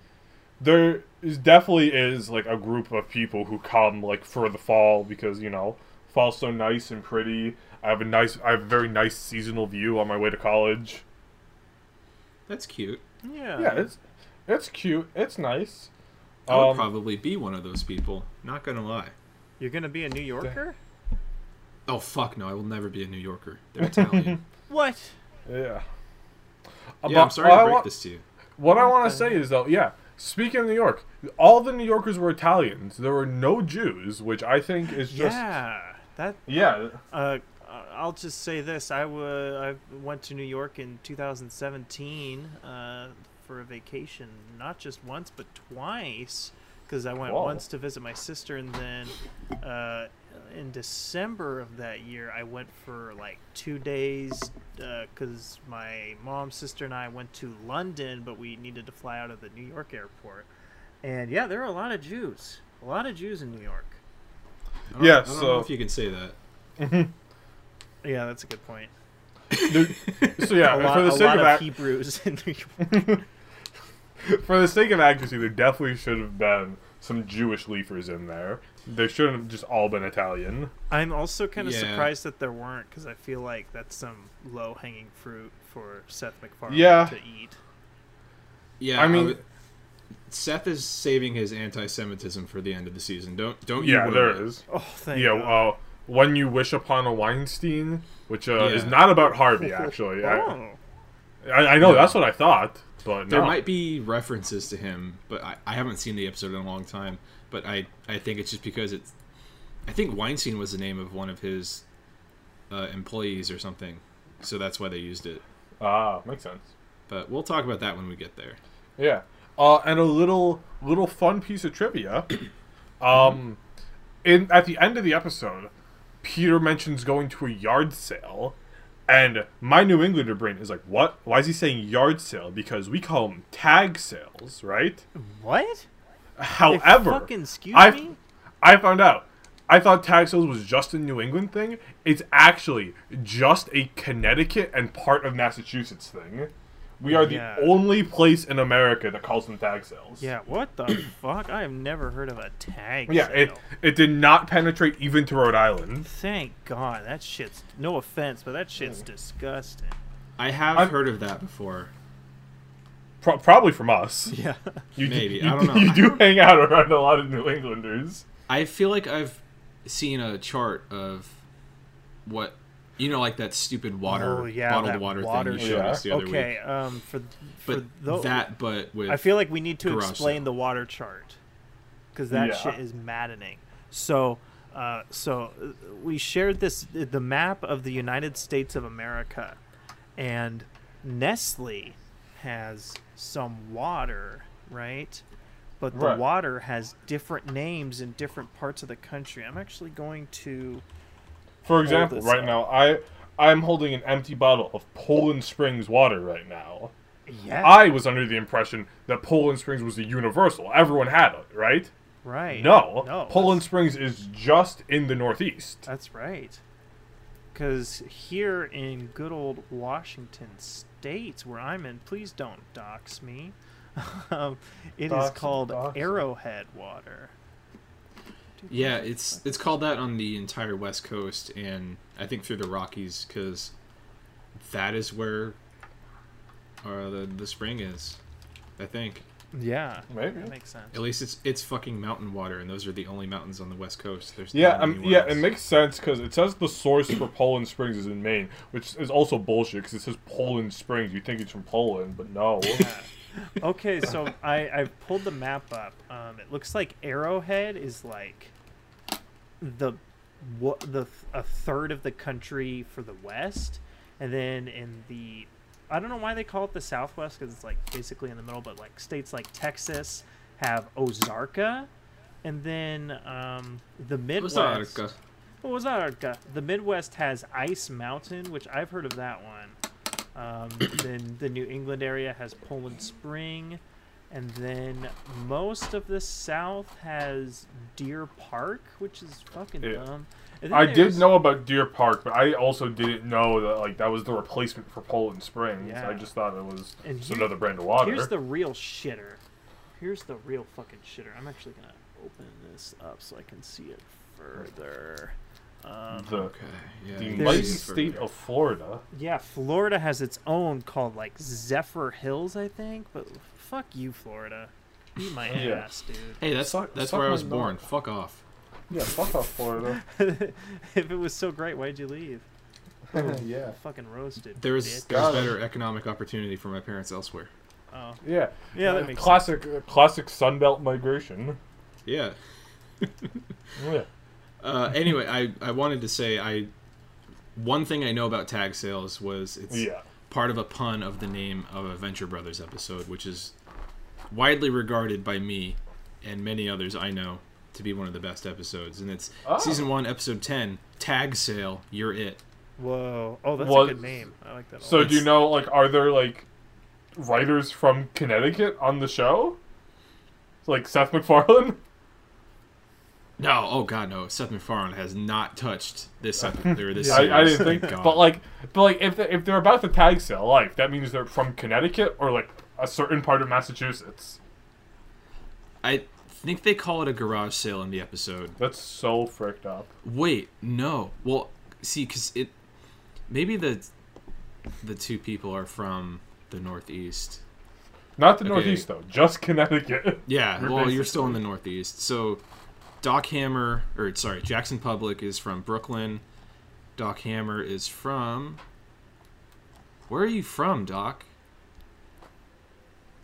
Speaker 1: there is definitely is like a group of people who come like for the fall because, you know, fall's so nice and pretty. I have a nice I have a very nice seasonal view on my way to college.
Speaker 2: that's cute.
Speaker 7: Yeah.
Speaker 1: Yeah, it's it's cute. It's nice.
Speaker 2: I would
Speaker 1: Um,
Speaker 2: probably be one of those people. Not gonna lie.
Speaker 7: You're going to be a New Yorker?
Speaker 2: Oh fuck no! I will never be a New Yorker. They're Italian.
Speaker 7: What?
Speaker 1: Yeah.
Speaker 2: yeah, I'm
Speaker 1: But
Speaker 2: sorry to
Speaker 1: I
Speaker 2: break
Speaker 1: wa-
Speaker 2: this to you.
Speaker 1: What I want to say is though, yeah. Speaking of New York, all the New Yorkers were Italians. There were no Jews, which I think is just
Speaker 7: yeah, that
Speaker 1: yeah.
Speaker 7: Uh, I'll just say this: I wa- I went to New York in 2017 uh, for a vacation, not just once but twice, because I went
Speaker 1: Whoa.
Speaker 7: once to visit my sister, and then uh, in December of that year, I went for like two days because my mom, sister, and I went to London, but we needed to fly out of the New York airport, and yeah, there are a lot of Jews, a lot of Jews in New York.
Speaker 2: I don't,
Speaker 1: Yeah,
Speaker 2: I don't
Speaker 1: so-
Speaker 2: know if you can say that.
Speaker 7: Yeah, that's a good point.
Speaker 1: So yeah,
Speaker 7: a lot,
Speaker 1: for the
Speaker 7: a
Speaker 1: sake
Speaker 7: lot
Speaker 1: of
Speaker 7: of
Speaker 1: ac-
Speaker 7: Hebrews in New York.
Speaker 1: for the sake of accuracy, there definitely should have been some Jewish leafers in there. They shouldn't have just all been Italian.
Speaker 7: I'm also kind of
Speaker 2: Yeah.
Speaker 7: surprised that there weren't because I feel like that's some low hanging fruit for Seth MacFarlane
Speaker 1: Yeah.
Speaker 7: to eat.
Speaker 2: Yeah,
Speaker 1: I mean-
Speaker 2: would- Seth is saving his anti-Semitism for the end of the season. Don't don't you?
Speaker 1: Yeah,
Speaker 2: ruin it.
Speaker 1: there is.
Speaker 7: Oh, thank
Speaker 1: Yeah,
Speaker 7: God.
Speaker 1: uh, when you wish upon a Weinstein, which uh, is
Speaker 2: Yeah.
Speaker 1: not about Harvey actually. I,
Speaker 7: Oh.
Speaker 1: I, I know that's what I thought, but
Speaker 2: There
Speaker 1: no.
Speaker 2: might be references to him, but I, I haven't seen the episode in a long time. But I, I think it's just because it's. I think Weinstein was the name of one of his uh, employees or something, so that's why they used it.
Speaker 1: ah makes sense.
Speaker 2: But we'll talk about that when we get there.
Speaker 1: Yeah. Uh, and a little little fun piece of trivia. Um, in at the end of the episode, Peter mentions going to a yard sale, and my New Englander brain is like, "What? Why is he saying yard sale? Because we call them tag sales, right?"
Speaker 7: What?
Speaker 1: However,
Speaker 7: fucking excuse
Speaker 1: I
Speaker 7: me?
Speaker 1: I found out. I thought tag sales was just a New England thing. It's actually just a Connecticut and part of Massachusetts thing. We are the
Speaker 7: Yeah.
Speaker 1: only place in America that calls them tag sales.
Speaker 7: Yeah, what the fuck? I have never heard of a tag.
Speaker 1: Yeah,
Speaker 7: sale.
Speaker 1: it it did not penetrate even to Rhode Island.
Speaker 7: Thank God. That shit's. No offense, but that shit's disgusting.
Speaker 2: I have
Speaker 1: I'm-
Speaker 2: heard of that before.
Speaker 1: Pro- probably from us.
Speaker 7: Yeah.
Speaker 1: You, d-
Speaker 2: Maybe.
Speaker 1: you,
Speaker 2: I don't know.
Speaker 1: You do hang out around a lot of New Englanders.
Speaker 2: I feel like I've seen a chart of what you know, like that stupid water,
Speaker 7: Oh, yeah,
Speaker 2: bottled
Speaker 7: that
Speaker 2: water,
Speaker 7: water-
Speaker 2: thing you showed
Speaker 1: Yeah.
Speaker 2: us the other
Speaker 7: Okay,
Speaker 2: week.
Speaker 7: um, for, for
Speaker 2: But
Speaker 7: tho-
Speaker 2: that, but with
Speaker 7: I feel like we need to
Speaker 2: garage
Speaker 7: explain
Speaker 2: sale.
Speaker 7: the water chart because that
Speaker 1: Yeah.
Speaker 7: shit is maddening. So, uh, so uh, we shared this the map of the United States of America, and Nestle has some water, right? But the
Speaker 1: Right.
Speaker 7: water has different names in different parts of the country. I'm actually going to.
Speaker 1: For example,
Speaker 7: this
Speaker 1: right
Speaker 7: up.
Speaker 1: now I I'm holding an empty bottle of Poland Springs water right now.
Speaker 7: Yeah.
Speaker 1: I was under the impression that Poland Springs was the universal. Everyone had it, right?
Speaker 7: right.
Speaker 1: No.
Speaker 7: No. Uh,
Speaker 1: Poland Springs is just in the Northeast.
Speaker 7: That's right. Because here in good old Washington State, where I'm in, please don't dox me. um, it is
Speaker 1: Dox 'em,
Speaker 7: called
Speaker 1: dox 'em.
Speaker 7: Arrowhead Water.
Speaker 2: Yeah, it's it's called that on the entire West Coast, and I think through the Rockies because that is where uh, the the spring is. I think
Speaker 7: Yeah,
Speaker 1: Maybe.
Speaker 7: that makes sense.
Speaker 2: at least it's it's fucking mountain water, and those are the only mountains on the West Coast. There's
Speaker 1: Yeah,
Speaker 2: not
Speaker 1: um,
Speaker 2: anywhere
Speaker 1: yeah,
Speaker 2: else.
Speaker 1: it makes sense because it says the source for Poland Springs is in Maine, which is also bullshit because it says Poland Springs. You think it's from Poland, but no.
Speaker 7: Okay, so I I pulled the map up. Um, it looks like Arrowhead is like the what the a third of the country for the West, and then in the I don't know why they call it the Southwest because it's like basically in the middle, but like states like Texas have Ozarka, and then um, the Midwest.
Speaker 2: Ozarka.
Speaker 7: What was Ozarka? The Midwest has Ice Mountain, which I've heard of that one. Um, then the New England area has Poland Spring, and then most of the South has Deer Park, which is fucking
Speaker 1: Yeah.
Speaker 7: dumb. And then
Speaker 1: I did
Speaker 7: there's-
Speaker 1: know about Deer Park, but I also didn't know that like that was the replacement for Poland Springs. I
Speaker 7: Yeah.
Speaker 1: just thought it was
Speaker 7: And
Speaker 1: just
Speaker 7: here-
Speaker 1: another brand of water.
Speaker 7: Here's the real shitter. Here's the real fucking shitter. I'm actually gonna open this up so I can see it further. Um,
Speaker 1: the,
Speaker 2: Okay, yeah,
Speaker 1: the
Speaker 2: you can
Speaker 1: mighty
Speaker 2: see it for-
Speaker 1: state of Florida.
Speaker 7: Yeah, Florida has its own called like Zephyr Hills, I think. But fuck you, Florida. Eat my
Speaker 1: Yeah.
Speaker 7: ass, dude.
Speaker 2: Hey, that's
Speaker 1: Suck-
Speaker 2: that's
Speaker 1: suck
Speaker 2: where I
Speaker 1: my
Speaker 2: was
Speaker 1: nut.
Speaker 2: born. Fuck off.
Speaker 1: Yeah, fuck off Florida.
Speaker 7: if it was so great, why'd you leave?
Speaker 1: yeah.
Speaker 7: Fucking roasted.
Speaker 2: There's
Speaker 7: bitch.
Speaker 2: there's
Speaker 1: Got it.
Speaker 2: better economic opportunity for my parents elsewhere.
Speaker 7: Oh,
Speaker 1: Yeah.
Speaker 7: yeah, that makes
Speaker 1: classic uh, classic Sunbelt migration.
Speaker 2: Yeah.
Speaker 1: Yeah.
Speaker 2: Uh, anyway, I, I wanted to say I one thing I know about tag sales was it's
Speaker 1: Yeah.
Speaker 2: part of a pun of the name of a Venture Brothers episode, which is widely regarded by me and many others I know to be one of the best episodes. And it's
Speaker 1: Oh.
Speaker 2: season one, episode ten, tag sale, you're it.
Speaker 7: sense. Whoa. Oh, that's
Speaker 1: Well,
Speaker 7: a good name. I like that. a
Speaker 1: So
Speaker 7: lot.
Speaker 1: do you know like are there like writers from Connecticut on the show? Like Seth MacFarlane?
Speaker 2: No, oh god, no. Seth MacFarlane has not touched this episode or this.
Speaker 1: I, I
Speaker 2: series,
Speaker 1: didn't
Speaker 2: thank
Speaker 1: think,
Speaker 2: God.
Speaker 1: but like, but like, if they, if they're about to tag sale, like that means they're from Connecticut or like a certain part of Massachusetts.
Speaker 2: I think they call it a garage sale in the episode.
Speaker 1: That's so fricked up.
Speaker 2: Wait, no. Well, see, because it maybe the the two people are from the Northeast.
Speaker 1: Not the
Speaker 2: Okay.
Speaker 1: Northeast though, just Connecticut.
Speaker 2: Yeah.
Speaker 1: We're
Speaker 2: well, you're still in the Northeast. So, Doc Hammer, or sorry, Jackson Public is from Brooklyn. Doc Hammer is from. Where are you from, Doc?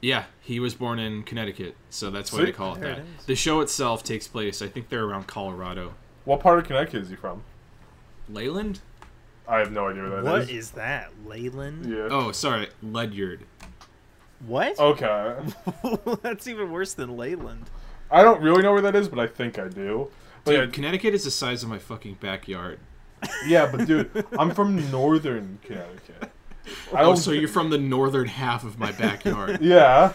Speaker 2: Yeah, he was born in Connecticut, so that's why
Speaker 1: See?
Speaker 2: they call it
Speaker 7: There
Speaker 2: that.
Speaker 7: it is.
Speaker 2: the show itself takes place, I think they're around Colorado.
Speaker 1: what part of Connecticut is he from?
Speaker 2: Leyland?
Speaker 1: I have no idea where that is.
Speaker 7: What is that, Leyland?
Speaker 1: Yeah.
Speaker 2: Oh, sorry, Ledyard.
Speaker 7: What?
Speaker 1: Okay. Oh.
Speaker 7: that's even worse than Leyland.
Speaker 1: I don't really know where that is, but I think I do. But
Speaker 2: Dude,
Speaker 1: Oh, yeah,
Speaker 2: Connecticut is the size of my fucking backyard.
Speaker 1: yeah, but dude, I'm from Northern Connecticut. I
Speaker 2: Oh,
Speaker 1: don't.
Speaker 2: so you're from the northern half of my backyard.
Speaker 1: yeah.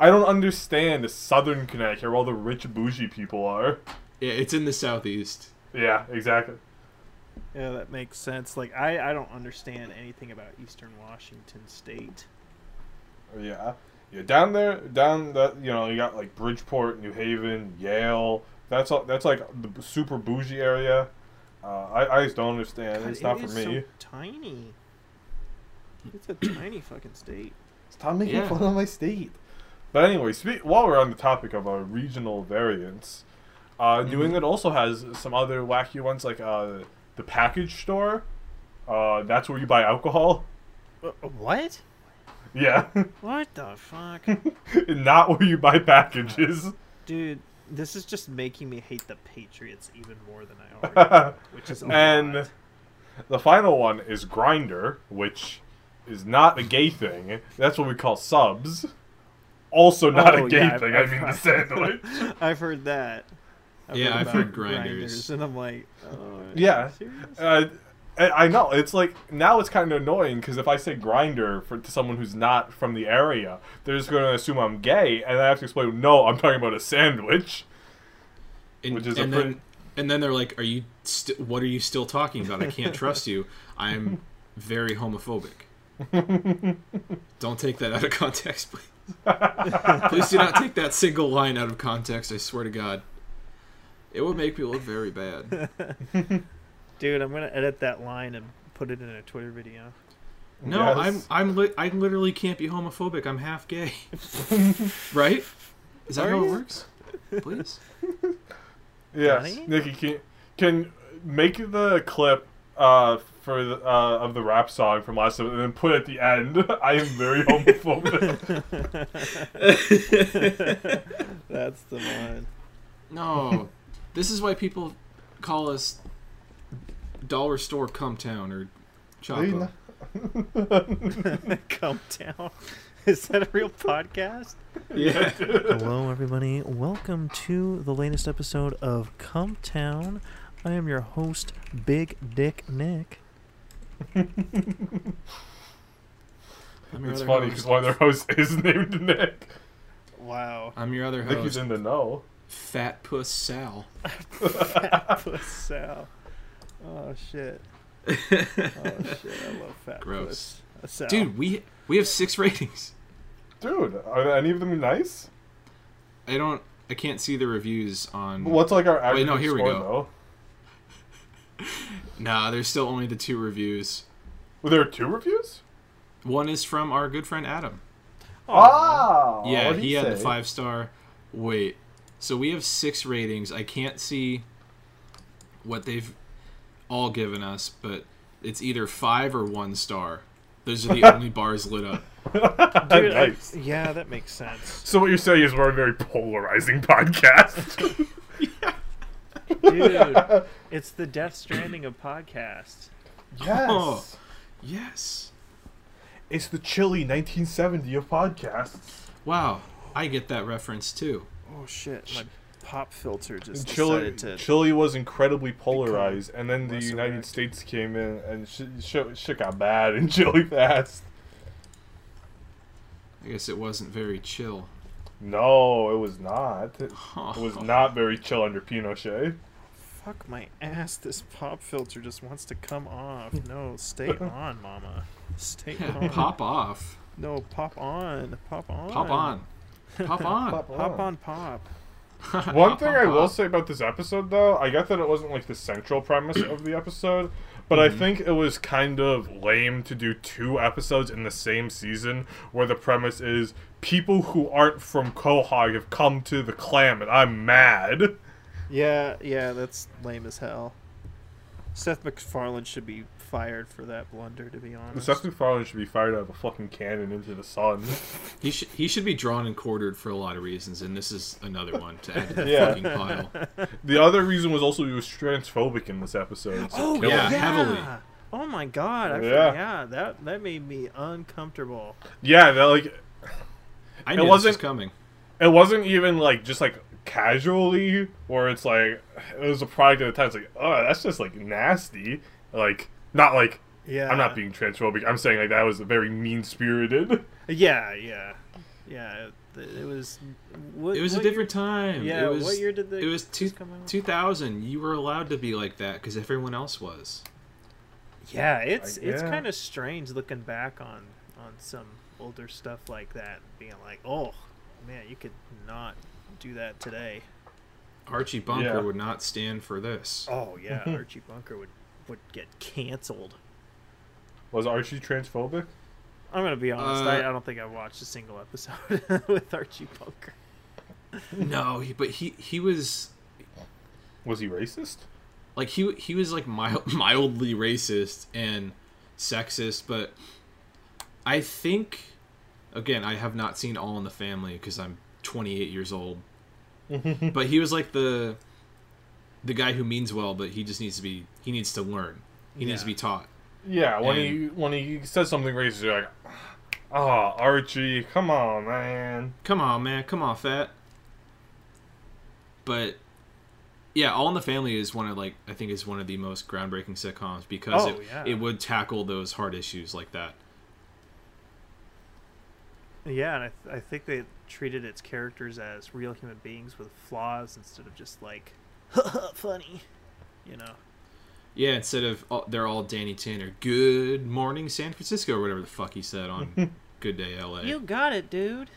Speaker 1: I don't understand Southern Connecticut, where all the rich bougie people are.
Speaker 2: yeah, it's in the southeast.
Speaker 1: Yeah, exactly.
Speaker 7: Yeah, that makes sense. Like I, I don't understand anything about Eastern Washington State.
Speaker 1: Yeah, yeah. Down there, down that you know, you got like Bridgeport, New Haven, Yale. That's all. That's like the b- super bougie area. Uh, I I just don't understand.
Speaker 7: God,
Speaker 1: it's
Speaker 7: it
Speaker 1: not for
Speaker 7: is
Speaker 1: me.
Speaker 7: So tiny. It's a tiny fucking state.
Speaker 1: Stop making
Speaker 2: Yeah.
Speaker 1: fun of my state. But anyway, spe- while we're on the topic of uh, regional variants, uh, New England also has some other wacky ones like uh, the package store. Uh, that's where you buy alcohol.
Speaker 7: Uh, What?
Speaker 1: Yeah,
Speaker 7: What the fuck,
Speaker 1: not where you buy packages.
Speaker 7: dude? This is just making me hate the Patriots even more than I already, do, which is a
Speaker 1: And-
Speaker 7: lot.
Speaker 1: The final one is grinder, which is not a gay thing. That's what we call subs. Also not
Speaker 7: Oh,
Speaker 1: a gay
Speaker 7: yeah, I've-
Speaker 1: thing. i
Speaker 7: I've-
Speaker 1: mean the sandwich.
Speaker 7: I've heard that. I've
Speaker 2: Yeah, I've
Speaker 7: about
Speaker 2: heard grinders.
Speaker 7: and I'm like, oh,
Speaker 1: Yeah.
Speaker 7: serious?
Speaker 1: Uh, I I know it's like now it's kind of annoying because if I say grinder for to someone who's not from the area, they're just going to assume I'm gay, and I have to explain. No, I'm talking about a sandwich.
Speaker 2: And,
Speaker 1: Which is a
Speaker 2: and
Speaker 1: pretty-
Speaker 2: then, and then they're like, "Are you? St- what are you still talking about? I can't trust you. I'm very homophobic. Don't take that out of context, please. please do not take that single line out of context. I swear to God, it would make me look very bad.
Speaker 7: dude, I'm gonna edit that line and put it in a Twitter video.
Speaker 2: No,
Speaker 1: Yes.
Speaker 2: I'm I'm li- I literally can't be homophobic. I'm half gay. right? Is that
Speaker 7: Are
Speaker 2: how it
Speaker 7: you?
Speaker 2: works? Please.
Speaker 1: Yes,
Speaker 7: Johnny?
Speaker 1: Nikki can can make the clip uh, for the, uh, of the rap song from last episode and then put at the end. I am very homophobic.
Speaker 7: That's the one.
Speaker 2: No. this is why people call us dollar store cum town or Chapo.
Speaker 7: Come down. Is that a real podcast?
Speaker 2: Yeah.
Speaker 5: Hello, everybody. Welcome to the latest episode of Come Town. I am your host, Big Dick Nick.
Speaker 2: I'm your
Speaker 1: it's
Speaker 2: other
Speaker 1: funny
Speaker 2: host.
Speaker 1: because one of their hosts is named Nick.
Speaker 7: Wow.
Speaker 2: I'm your other
Speaker 1: Nikki's
Speaker 2: host,
Speaker 1: in the know.
Speaker 2: Fat Puss Sal.
Speaker 7: Puss Sal. Oh shit. Oh shit. I love fat
Speaker 2: Gross.
Speaker 7: puss. Sal.
Speaker 2: Dude, we we have six ratings.
Speaker 1: Dude, are any of them nice?
Speaker 2: I don't. I can't see the reviews on.
Speaker 1: What's like our average
Speaker 2: Wait, no, here we
Speaker 1: score
Speaker 2: go.
Speaker 1: though?
Speaker 2: Nah, there's still only the two reviews.
Speaker 1: Were there two reviews?
Speaker 2: One is from our good friend Adam.
Speaker 1: Ah,
Speaker 2: Oh. yeah,
Speaker 1: what'd
Speaker 2: he had the
Speaker 1: say?
Speaker 2: five star. Wait, so we have six ratings. I can't see what they've all given us, but it's either five or one star. Those are the only bars lit up.
Speaker 7: Dude, I-
Speaker 1: Nice.
Speaker 7: yeah, that makes sense.
Speaker 1: So what you're saying is we're a very polarizing podcast.
Speaker 7: Dude, it's the Death Stranding of podcasts.
Speaker 1: yes.
Speaker 2: Oh. Yes.
Speaker 1: It's the chilly 1970 of podcasts.
Speaker 2: Wow. I get that reference too.
Speaker 7: Oh shit, my pop filter just
Speaker 1: Chile,
Speaker 7: decided to.
Speaker 1: Chile was incredibly polarized, and then the
Speaker 7: less
Speaker 1: United
Speaker 7: erect.
Speaker 1: States came in, and shit, shit, shit got bad in Chile fast.
Speaker 2: I guess it wasn't very chill.
Speaker 1: No, it was not. It
Speaker 2: Huh.
Speaker 1: was not very chill under Pinochet.
Speaker 7: Fuck my ass! This pop filter just wants to come off. No, stay on, Mama. Stay on.
Speaker 2: Pop off.
Speaker 7: No, pop on. Pop on.
Speaker 2: Pop on. Pop on.
Speaker 7: Pop on. Pop.
Speaker 1: One thing I will
Speaker 2: Pop.
Speaker 1: say about this episode, though, I get that it wasn't like the central premise of the episode, but I think it was kind of lame to do two episodes in the same season where the premise is people who aren't from Quahog have come to the clam, and I'm mad.
Speaker 7: Yeah, yeah, that's lame as hell. Seth MacFarlane should be fired for that blunder. To be honest.
Speaker 1: Seth MacFarlane should be fired out of a fucking cannon into the sun.
Speaker 2: He should he should be drawn and quartered for a lot of reasons, and this is another one to add to the
Speaker 1: Yeah.
Speaker 2: fucking pile.
Speaker 1: the other reason was also he was transphobic in this episode. so
Speaker 7: Oh
Speaker 1: kill
Speaker 2: yeah.
Speaker 1: him.
Speaker 2: heavily.
Speaker 7: Oh my god! I
Speaker 1: Yeah.
Speaker 7: yeah. yeah, that that made me uncomfortable.
Speaker 1: yeah, that like
Speaker 2: I
Speaker 1: It
Speaker 2: knew this was
Speaker 1: wasn't-
Speaker 2: coming.
Speaker 1: it wasn't even like just like casually or it's like it was a product of the time it's like oh that's just like nasty like not like
Speaker 7: Yeah.
Speaker 1: i'm not being transphobic i'm saying like that was very mean spirited
Speaker 7: Yeah, yeah, yeah. It, it was. What,
Speaker 2: It was a
Speaker 7: what
Speaker 2: different time.
Speaker 7: yeah,
Speaker 2: it was,
Speaker 7: what year did the-
Speaker 2: it was two,
Speaker 7: this come out?
Speaker 2: 2000. You were allowed to be like that because everyone else was.
Speaker 7: year- yeah, it's
Speaker 1: Like,
Speaker 7: it's
Speaker 1: yeah.
Speaker 7: kind of strange looking back on on some older stuff like that, being like, oh man, you could not do that today.
Speaker 2: Archie Bunker
Speaker 1: Yeah.
Speaker 2: would not stand for this.
Speaker 7: Oh yeah, Archie Bunker would would get canceled.
Speaker 1: was archie transphobic
Speaker 7: I'm gonna be honest. I, I
Speaker 2: Uh,
Speaker 7: don't think I watched a single episode with Archie Bunker.
Speaker 2: No, he, but he he was
Speaker 1: was he racist
Speaker 2: like he he was like mild, mildly racist and sexist, but I think again I have not seen All in the Family because I'm 28 years old. but he was like the the guy who means well, but he just needs to be he needs to learn. He needs to be taught.
Speaker 1: yeah when he
Speaker 2: And-
Speaker 1: when he says something racist you're like oh archie come on man
Speaker 2: Come on, man. Come on, fat. But yeah, All in the Family is one of like I think is one of the most groundbreaking sitcoms because
Speaker 7: Oh,
Speaker 2: it,
Speaker 7: yeah.
Speaker 2: it would tackle those hard issues like that.
Speaker 7: Yeah, and I, th- I think they treated its characters as real human beings with flaws instead of just like funny, you know.
Speaker 2: Yeah, instead of all, they're all Danny Tanner. Good morning, San Francisco, or whatever the fuck he said on Good Day L.A.
Speaker 7: got it, dude.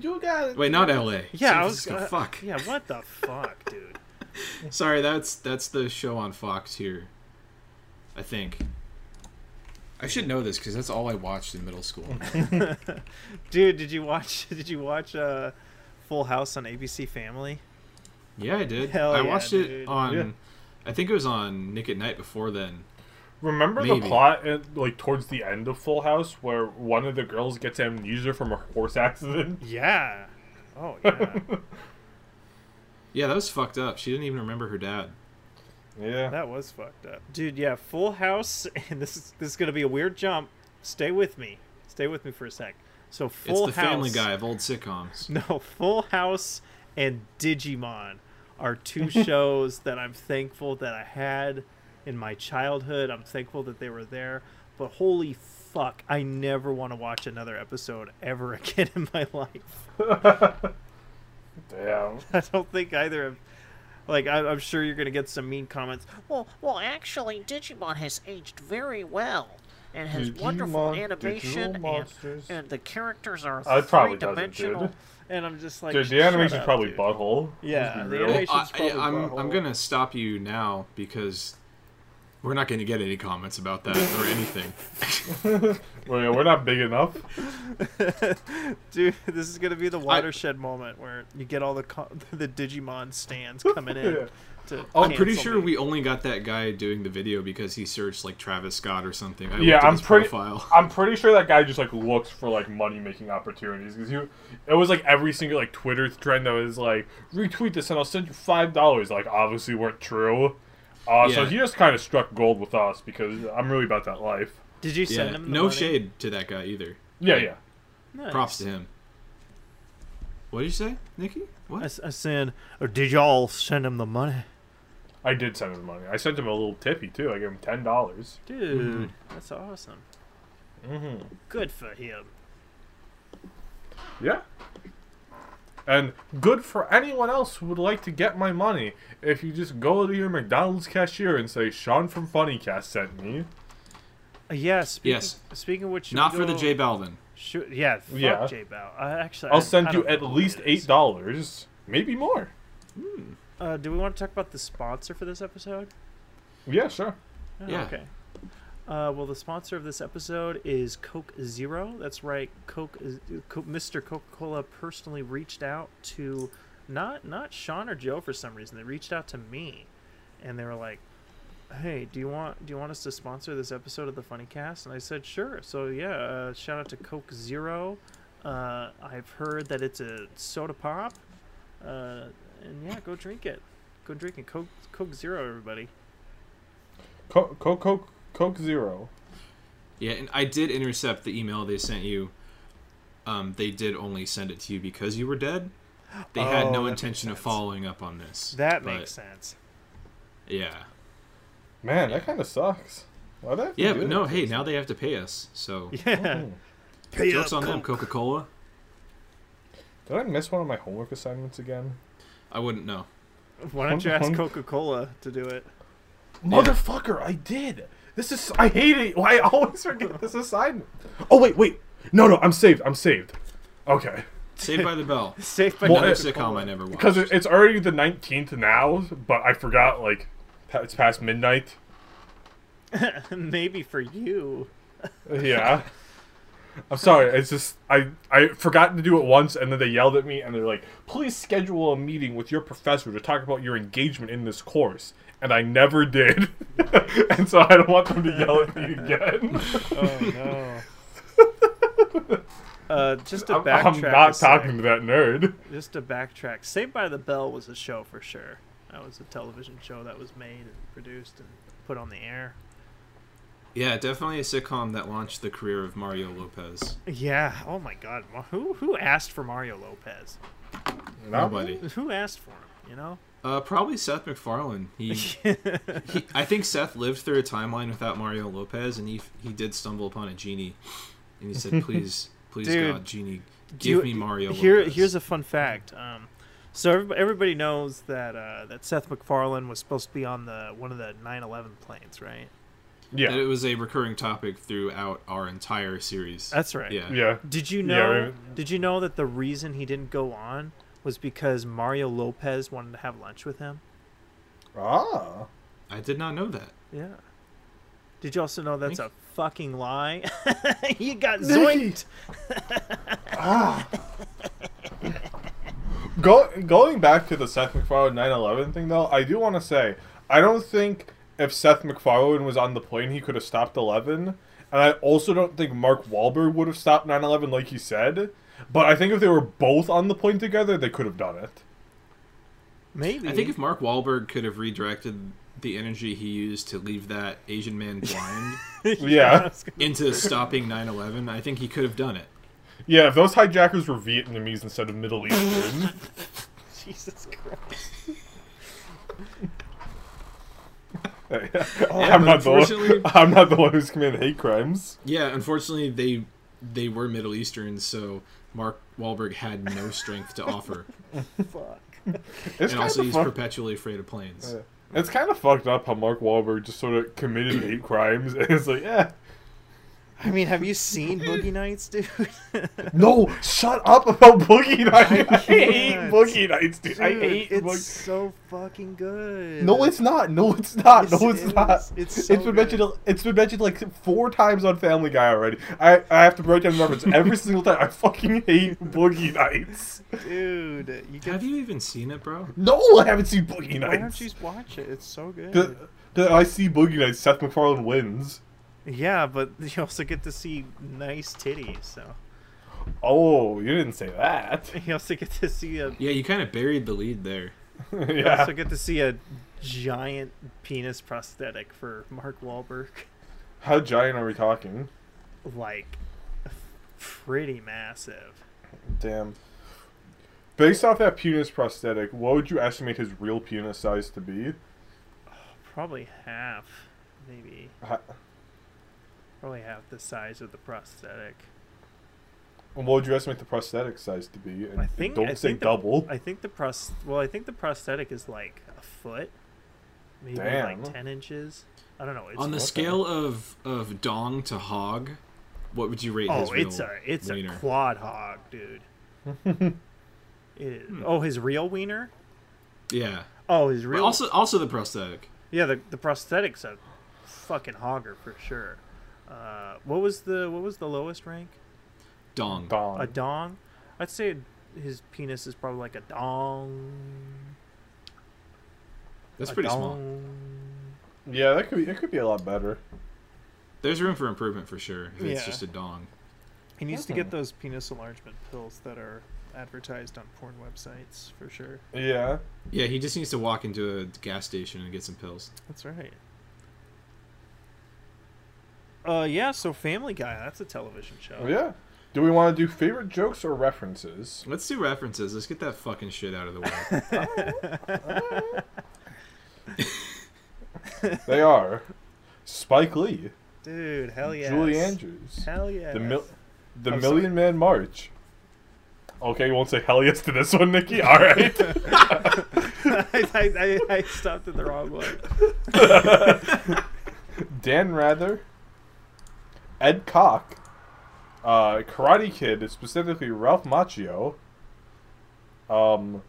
Speaker 1: you got it
Speaker 2: Wait, not L.A.
Speaker 7: Yeah,
Speaker 2: San
Speaker 7: I was
Speaker 2: Francisco.
Speaker 7: uh,
Speaker 2: fuck.
Speaker 7: Yeah, what the fuck, dude?
Speaker 2: Sorry, that's that's the show on Fox here. I think. I should know this because that's all I watched in middle school.
Speaker 7: Dude, did you watch? Did you watch uh, Full House on ABC Family?
Speaker 2: Yeah, I did.
Speaker 7: Hell
Speaker 2: I
Speaker 7: yeah,
Speaker 2: watched it
Speaker 7: dude.
Speaker 2: on.
Speaker 1: Yeah.
Speaker 2: I think it was on Nick at Night before then.
Speaker 1: remember the
Speaker 2: Maybe.
Speaker 1: plot at, like towards the end of full house where one of the girls gets amnesia from a horse accident
Speaker 7: Yeah. Oh yeah,
Speaker 2: Yeah, that was fucked up. She didn't even remember her dad.
Speaker 1: yeah
Speaker 7: that was fucked up, dude. Yeah, Full House, and this is this is gonna be a weird jump. Stay with me. Stay with me for a sec. So Full
Speaker 2: it's the
Speaker 7: House.
Speaker 2: Family Guy of old sitcoms.
Speaker 7: No, Full House and Digimon are two shows that I'm thankful that I had in my childhood. I'm thankful that they were there. But holy fuck, I never want to watch another episode ever again in my life.
Speaker 1: damn
Speaker 7: I don't think either of. Like, I, I'm sure you're going to get some mean comments.
Speaker 8: Well, well, actually, Digimon has aged very well and has wonderful
Speaker 1: Digimon, digital
Speaker 8: animation, and,
Speaker 1: monsters.
Speaker 8: and the characters are
Speaker 1: Uh, it probably doesn't,
Speaker 8: three-dimensional.
Speaker 1: dude.
Speaker 7: And I'm just like.
Speaker 1: Dude, the
Speaker 7: shut
Speaker 1: animation's
Speaker 7: up,
Speaker 1: probably
Speaker 7: dude.
Speaker 1: butthole.
Speaker 7: Yeah,
Speaker 1: Let's be
Speaker 7: the
Speaker 1: real.
Speaker 7: animation-
Speaker 2: I,
Speaker 7: She's probably
Speaker 2: am
Speaker 7: butthole.
Speaker 2: I'm gonna stop you now because we're not gonna get any comments about that or anything.
Speaker 1: We're, we're not big enough.
Speaker 7: Dude, this is going to be the watershed moment where you get all the co- the Digimon stands coming in. to.
Speaker 2: Oh, I'm pretty
Speaker 7: cancel
Speaker 2: sure
Speaker 7: me.
Speaker 2: we only got that guy doing the video because he searched like Travis Scott or something. I
Speaker 1: Yeah,
Speaker 2: looked at
Speaker 1: I'm
Speaker 2: his
Speaker 1: pretty.
Speaker 2: profile.
Speaker 1: I'm pretty sure that guy just like looks for like money making opportunities because you. It was like every single like Twitter trend that was like retweet this and I'll send you five dollars. Like obviously weren't true. Uh, So
Speaker 2: Yeah.
Speaker 1: he just kind of struck gold with us because I'm really about that life.
Speaker 7: Did you send
Speaker 2: Yeah,
Speaker 7: him? The
Speaker 2: no
Speaker 7: money?
Speaker 2: shade to that guy either.
Speaker 1: Yeah, yeah.
Speaker 7: Nice.
Speaker 2: Props to him. What did you say, Nikki?
Speaker 7: I,
Speaker 2: What?
Speaker 7: s- I said, or did y'all send him the money,
Speaker 1: I did send him money. I sent him a little tippy too. I gave him ten dollars.
Speaker 7: dude? That's awesome. Mm-hmm. Good for him.
Speaker 1: Yeah. And good for anyone else who would like to get my money. If you just go to your McDonald's cashier and say, Sean from Funnycast sent me.
Speaker 7: Uh, yeah, speaking,
Speaker 2: Yes.
Speaker 7: Speaking of which, should
Speaker 2: Not
Speaker 7: we
Speaker 2: for the
Speaker 7: go-
Speaker 2: J Balvin.
Speaker 7: should- yeah, fuck
Speaker 1: Yeah.
Speaker 7: J Bal. Uh, actually, I-
Speaker 1: I'll send
Speaker 7: I
Speaker 1: you
Speaker 7: don't
Speaker 1: at
Speaker 7: know who
Speaker 1: least
Speaker 7: it is.
Speaker 1: eight dollars, maybe more.
Speaker 7: Uh, do we want to talk about the sponsor for this episode?
Speaker 1: Yeah, sure.
Speaker 7: Oh,
Speaker 2: Yeah.
Speaker 7: Okay. Uh, well, the sponsor of this episode is Coke Zero. That's right. Coke, is- Co- Mr. Coca-Cola personally reached out to not not Sean or Joe for some reason. They reached out to me, and they were like, "Hey, do you want do you want us to sponsor this episode of the Funny Cast?" And I said, "Sure." So yeah, uh, shout out to Coke Zero. Uh, I've heard that it's a soda pop, uh, and yeah, go drink it. Go drink it. Coke Coke Zero, everybody.
Speaker 1: Coke, Coke, Coke, Coke Zero.
Speaker 2: Yeah, and I did intercept the email they sent you. Um, they did only send it to you because you were dead. They
Speaker 7: Oh,
Speaker 2: had
Speaker 7: that
Speaker 2: no
Speaker 7: makes
Speaker 2: intention of
Speaker 7: sense.
Speaker 2: following up on this.
Speaker 7: That
Speaker 2: but-
Speaker 7: makes sense.
Speaker 2: Yeah.
Speaker 1: Man, that kind of sucks. Why they have to
Speaker 2: Yeah,
Speaker 1: do
Speaker 2: but no,
Speaker 1: that?
Speaker 2: hey, now they have to pay us. So
Speaker 7: Yeah. uh,
Speaker 2: jokes on them, Coca Cola.
Speaker 1: Did I miss one of my homework assignments again?
Speaker 2: I wouldn't know.
Speaker 7: Why don't you
Speaker 1: Hunk,
Speaker 7: ask
Speaker 1: hunk.
Speaker 7: Coca Cola to do it?
Speaker 1: Motherfucker, I did. This is I hate it. I always forget this assignment. Oh wait, wait. No, no, I'm saved. I'm saved. Okay.
Speaker 2: Saved by the Bell.
Speaker 7: Safe by
Speaker 1: Well,
Speaker 2: Another
Speaker 1: it-
Speaker 2: sitcom I never watched.
Speaker 1: Because it, it's already the 19th now, but I forgot like pa- it's past midnight.
Speaker 7: maybe for you.
Speaker 1: Yeah. I'm sorry. It's just I I forgot to do it once, and then they yelled at me, and they're like, "Please schedule a meeting with your professor to talk about your engagement in this course." And I never did, and so I don't want them to yell at me again.
Speaker 7: Oh no. uh, just to
Speaker 1: I'm,
Speaker 7: backtrack.
Speaker 1: I'm not
Speaker 7: a sec,
Speaker 1: talking to that nerd.
Speaker 7: Just to backtrack. Saved by the Bell was a show for sure. That was a television show that was made and produced and put on the air.
Speaker 2: Yeah, definitely a sitcom that launched the career of Mario Lopez.
Speaker 7: Yeah. Oh my God. Ma- Who who asked for Mario Lopez?
Speaker 2: Nobody.
Speaker 7: Who asked for him? You know.
Speaker 2: Uh, probably Seth MacFarlane. He, he, I think Seth lived through a timeline without Mario Lopez, and he he did stumble upon a genie, and he said, "Please, please,
Speaker 7: Dude,
Speaker 2: God, genie,
Speaker 7: Do
Speaker 2: give me
Speaker 7: you-
Speaker 2: Mario."
Speaker 7: Here,
Speaker 2: Lopez.
Speaker 7: here's a fun fact. Um, so everyb- everybody knows that uh, that Seth MacFarlane was supposed to be on the one of the 9/11 planes, right?
Speaker 1: Yeah,
Speaker 2: That it was a recurring topic throughout our entire series.
Speaker 7: That's right.
Speaker 2: Yeah.
Speaker 1: yeah.
Speaker 7: Did you
Speaker 1: Yeah,
Speaker 7: know?
Speaker 1: right.
Speaker 7: Did you know that the reason he didn't go on was because Mario Lopez wanted to have lunch with him?
Speaker 1: Ah.
Speaker 2: I did not know that.
Speaker 7: Yeah. Did you also know that's a
Speaker 2: Thank-
Speaker 7: fucking lie? you got zoinked.
Speaker 1: Go, going back to the Seth MacFarlane 9/11 thing, though, I do want to say I don't think if Seth MacFarlane was on the plane, he could have stopped 11, and I also don't think Mark Wahlberg would have stopped 9/11 like he said. But I think if they were both on the plane together, they could have done it.
Speaker 7: Maybe.
Speaker 2: I think if Mark Wahlberg could have redirected the energy he used to leave that Asian man blind
Speaker 1: Yeah,
Speaker 2: into stopping 9/11, I think he could have done it.
Speaker 1: yeah. If those hijackers were Vietnamese instead of Middle Eastern,
Speaker 7: Jesus Christ.
Speaker 1: I'm not the one.
Speaker 2: unfortunately-
Speaker 1: I'm not the one who's committed hate crimes.
Speaker 2: Yeah, unfortunately, they they were Middle Eastern, so Mark Wahlberg had no strength to offer,
Speaker 1: It's
Speaker 2: and
Speaker 1: kind
Speaker 2: also
Speaker 1: of
Speaker 2: he's
Speaker 1: fucked
Speaker 2: perpetually afraid of planes.
Speaker 1: eh. It's kind of fucked up how Mark Wahlberg just sort of committed hate crimes and it's like, yeah,
Speaker 7: I mean, have you seen Boogie Nights, dude?
Speaker 1: No, shut up about Boogie Nights. I, hate
Speaker 7: can't.
Speaker 1: Boogie Nights, dude. I
Speaker 7: Dude,
Speaker 1: hate
Speaker 7: it's
Speaker 1: Boogie.
Speaker 7: so fucking good.
Speaker 1: No, it's not. No, it's not. no, it's
Speaker 7: Yes, it
Speaker 1: not.
Speaker 7: is. It's so
Speaker 1: it's been mentioned. It's been mentioned like four times on Family Guy already. I, I have to break down the reference every single time. I fucking hate Boogie Nights.
Speaker 7: dude. You
Speaker 2: Have
Speaker 7: got.
Speaker 2: you even seen it, bro?
Speaker 1: No, I haven't seen Boogie
Speaker 7: Why don't
Speaker 1: Nights.
Speaker 7: you watch it? It's so good.
Speaker 1: The, the, I see Boogie Nights. Seth MacFarlane wins.
Speaker 7: Yeah, but you also get to see nice titties. So
Speaker 1: Oh, you didn't say that.
Speaker 7: you also get to see a.
Speaker 2: Yeah, you kind of buried the lead there.
Speaker 7: You
Speaker 1: yeah.
Speaker 7: also get to see a giant penis prosthetic for Mark Wahlberg.
Speaker 1: How giant are we talking?
Speaker 7: Like, pretty massive.
Speaker 1: Damn. Based off that penis prosthetic, what would you estimate his real penis size to be?
Speaker 7: Probably half, maybe.
Speaker 1: Ha-
Speaker 7: Probably half the size of the prosthetic.
Speaker 1: And what would you estimate the prosthetic size to be? And
Speaker 7: I think.
Speaker 1: don't
Speaker 7: I
Speaker 1: say
Speaker 7: think the-
Speaker 1: double.
Speaker 7: I think the pros. Well, I think the prosthetic is like a foot, maybe
Speaker 1: Damn.
Speaker 7: like ten inches. I don't know. It's
Speaker 2: On the
Speaker 1: okay.
Speaker 2: scale of of dong to hog, what would you rate his
Speaker 7: Oh,
Speaker 2: real
Speaker 7: it's a it's
Speaker 2: wiener?
Speaker 7: a quad hog, dude. it is. Oh, his real wiener.
Speaker 2: yeah.
Speaker 7: Oh, his
Speaker 2: Hmm. But
Speaker 7: real.
Speaker 2: also also the prosthetic.
Speaker 7: yeah, the the prosthetics a fucking hogger for sure. Uh, what was the what was the lowest rank?
Speaker 2: Dong.
Speaker 1: Dong.
Speaker 7: A dong. I'd say his penis is probably like a dong.
Speaker 2: That's
Speaker 7: a
Speaker 2: pretty small.
Speaker 7: dong.
Speaker 1: Yeah, that could be. It could be a lot better.
Speaker 2: There's room for improvement for sure. If
Speaker 7: Yeah.
Speaker 2: It's just a dong.
Speaker 7: He needs to get those penis enlargement pills that are advertised on porn websites for sure.
Speaker 1: Yeah.
Speaker 2: Yeah, he just needs to walk into a gas station and get some pills.
Speaker 7: That's right. Uh, yeah. So Family Guy, that's a television show.
Speaker 1: Oh, yeah. Do we want to do favorite jokes or references?
Speaker 2: Let's do references. Let's get that fucking shit out of the way.
Speaker 1: They are Spike Lee,
Speaker 7: Dude, hell yeah.
Speaker 1: Julie Andrews,
Speaker 7: Hell yeah.
Speaker 1: the mil- the
Speaker 7: I'm
Speaker 1: Million Man March. Okay, you won't say hell yes to this one, Nikki. All right.
Speaker 7: I, I, I, I stopped at the wrong one.
Speaker 1: Dan Rather, Ed Koch, uh, Karate Kid, specifically Ralph Macchio, um,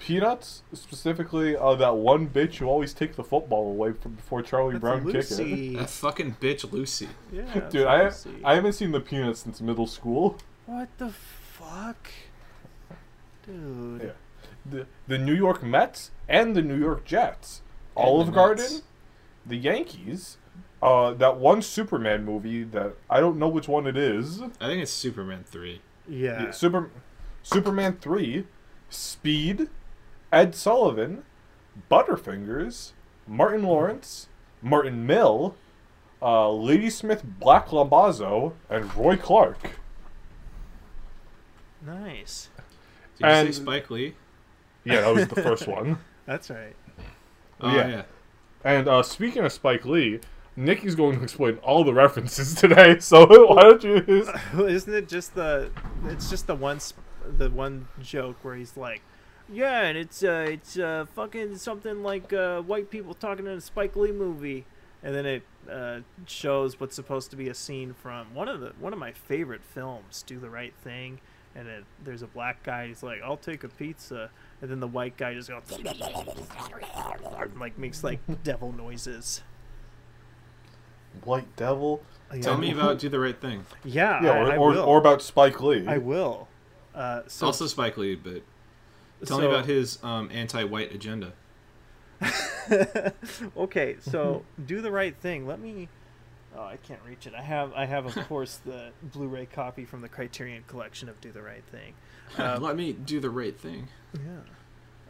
Speaker 1: Peanuts, specifically uh, that one bitch who always takes the football away from before Charlie Brown kicked it.
Speaker 7: Lucy.
Speaker 2: that fucking bitch Lucy.
Speaker 7: Yeah. that's
Speaker 1: Dude, I,
Speaker 7: Lucy.
Speaker 1: I haven't seen the Peanuts since middle school.
Speaker 7: What the fuck, dude?
Speaker 1: Yeah. The, the New York Mets and the New York Jets, Olive
Speaker 2: Mets.
Speaker 1: Garden, the Yankees, uh, that one Superman movie that I don't know which one it is.
Speaker 2: I think it's Superman three.
Speaker 7: Yeah.
Speaker 1: Yeah, Super, Superman 3, Speed, Ed Sullivan, Butterfingers, Martin Lawrence, Martin Mill, uh, Ladysmith Black Lombazo, and Roy Clark.
Speaker 7: Nice.
Speaker 2: Did you
Speaker 1: And-
Speaker 2: say Spike Lee?
Speaker 1: Yeah, that was the first one.
Speaker 7: That's right.
Speaker 2: Oh
Speaker 1: Yeah.
Speaker 2: yeah.
Speaker 1: And uh, speaking of Spike Lee, Nikki's going to explain all the references today, so why don't you.
Speaker 7: Isn't it just the? It's just the one, sp- the one joke where he's like, "Yeah, and it's uh, it's uh, fucking something like uh, white people talking in a Spike Lee movie," and then it uh, shows what's supposed to be a scene from one of the one of my favorite films, "Do the Right Thing," and it, there's a black guy. He's like, "I'll take a pizza," and then the white guy just goes like makes like devil noises.
Speaker 1: White Devil?
Speaker 2: Tell me about Do the Right Thing.
Speaker 7: yeah,
Speaker 1: Yeah,
Speaker 7: I-
Speaker 1: or,
Speaker 7: I
Speaker 1: or,
Speaker 7: will.
Speaker 1: or about Spike Lee.
Speaker 7: I will. Uh, so,
Speaker 2: also Spike Lee, but tell me
Speaker 7: so-
Speaker 2: about his um, anti-white agenda.
Speaker 7: okay, so do the right thing. Let me. Oh, I can't reach it. I have, I have, of course, the Blu-ray copy from the Criterion Collection of "Do the Right Thing." Uh,
Speaker 2: Let me do the right thing.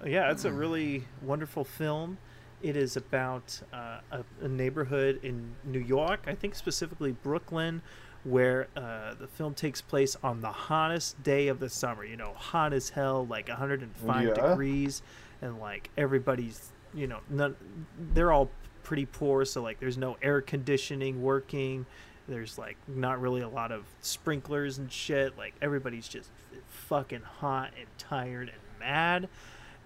Speaker 7: Yeah, it's a really wonderful film. It is about uh, a, a neighborhood in New York, I think specifically Brooklyn, where uh, the film takes place on the hottest day of the summer. You know, hot as hell, like 105
Speaker 1: Yeah.
Speaker 7: degrees, and like everybody's, you know, none, they're all pretty poor, so like there's no air conditioning working. There's like not really a lot of sprinklers and shit. Like everybody's just fucking hot and tired and mad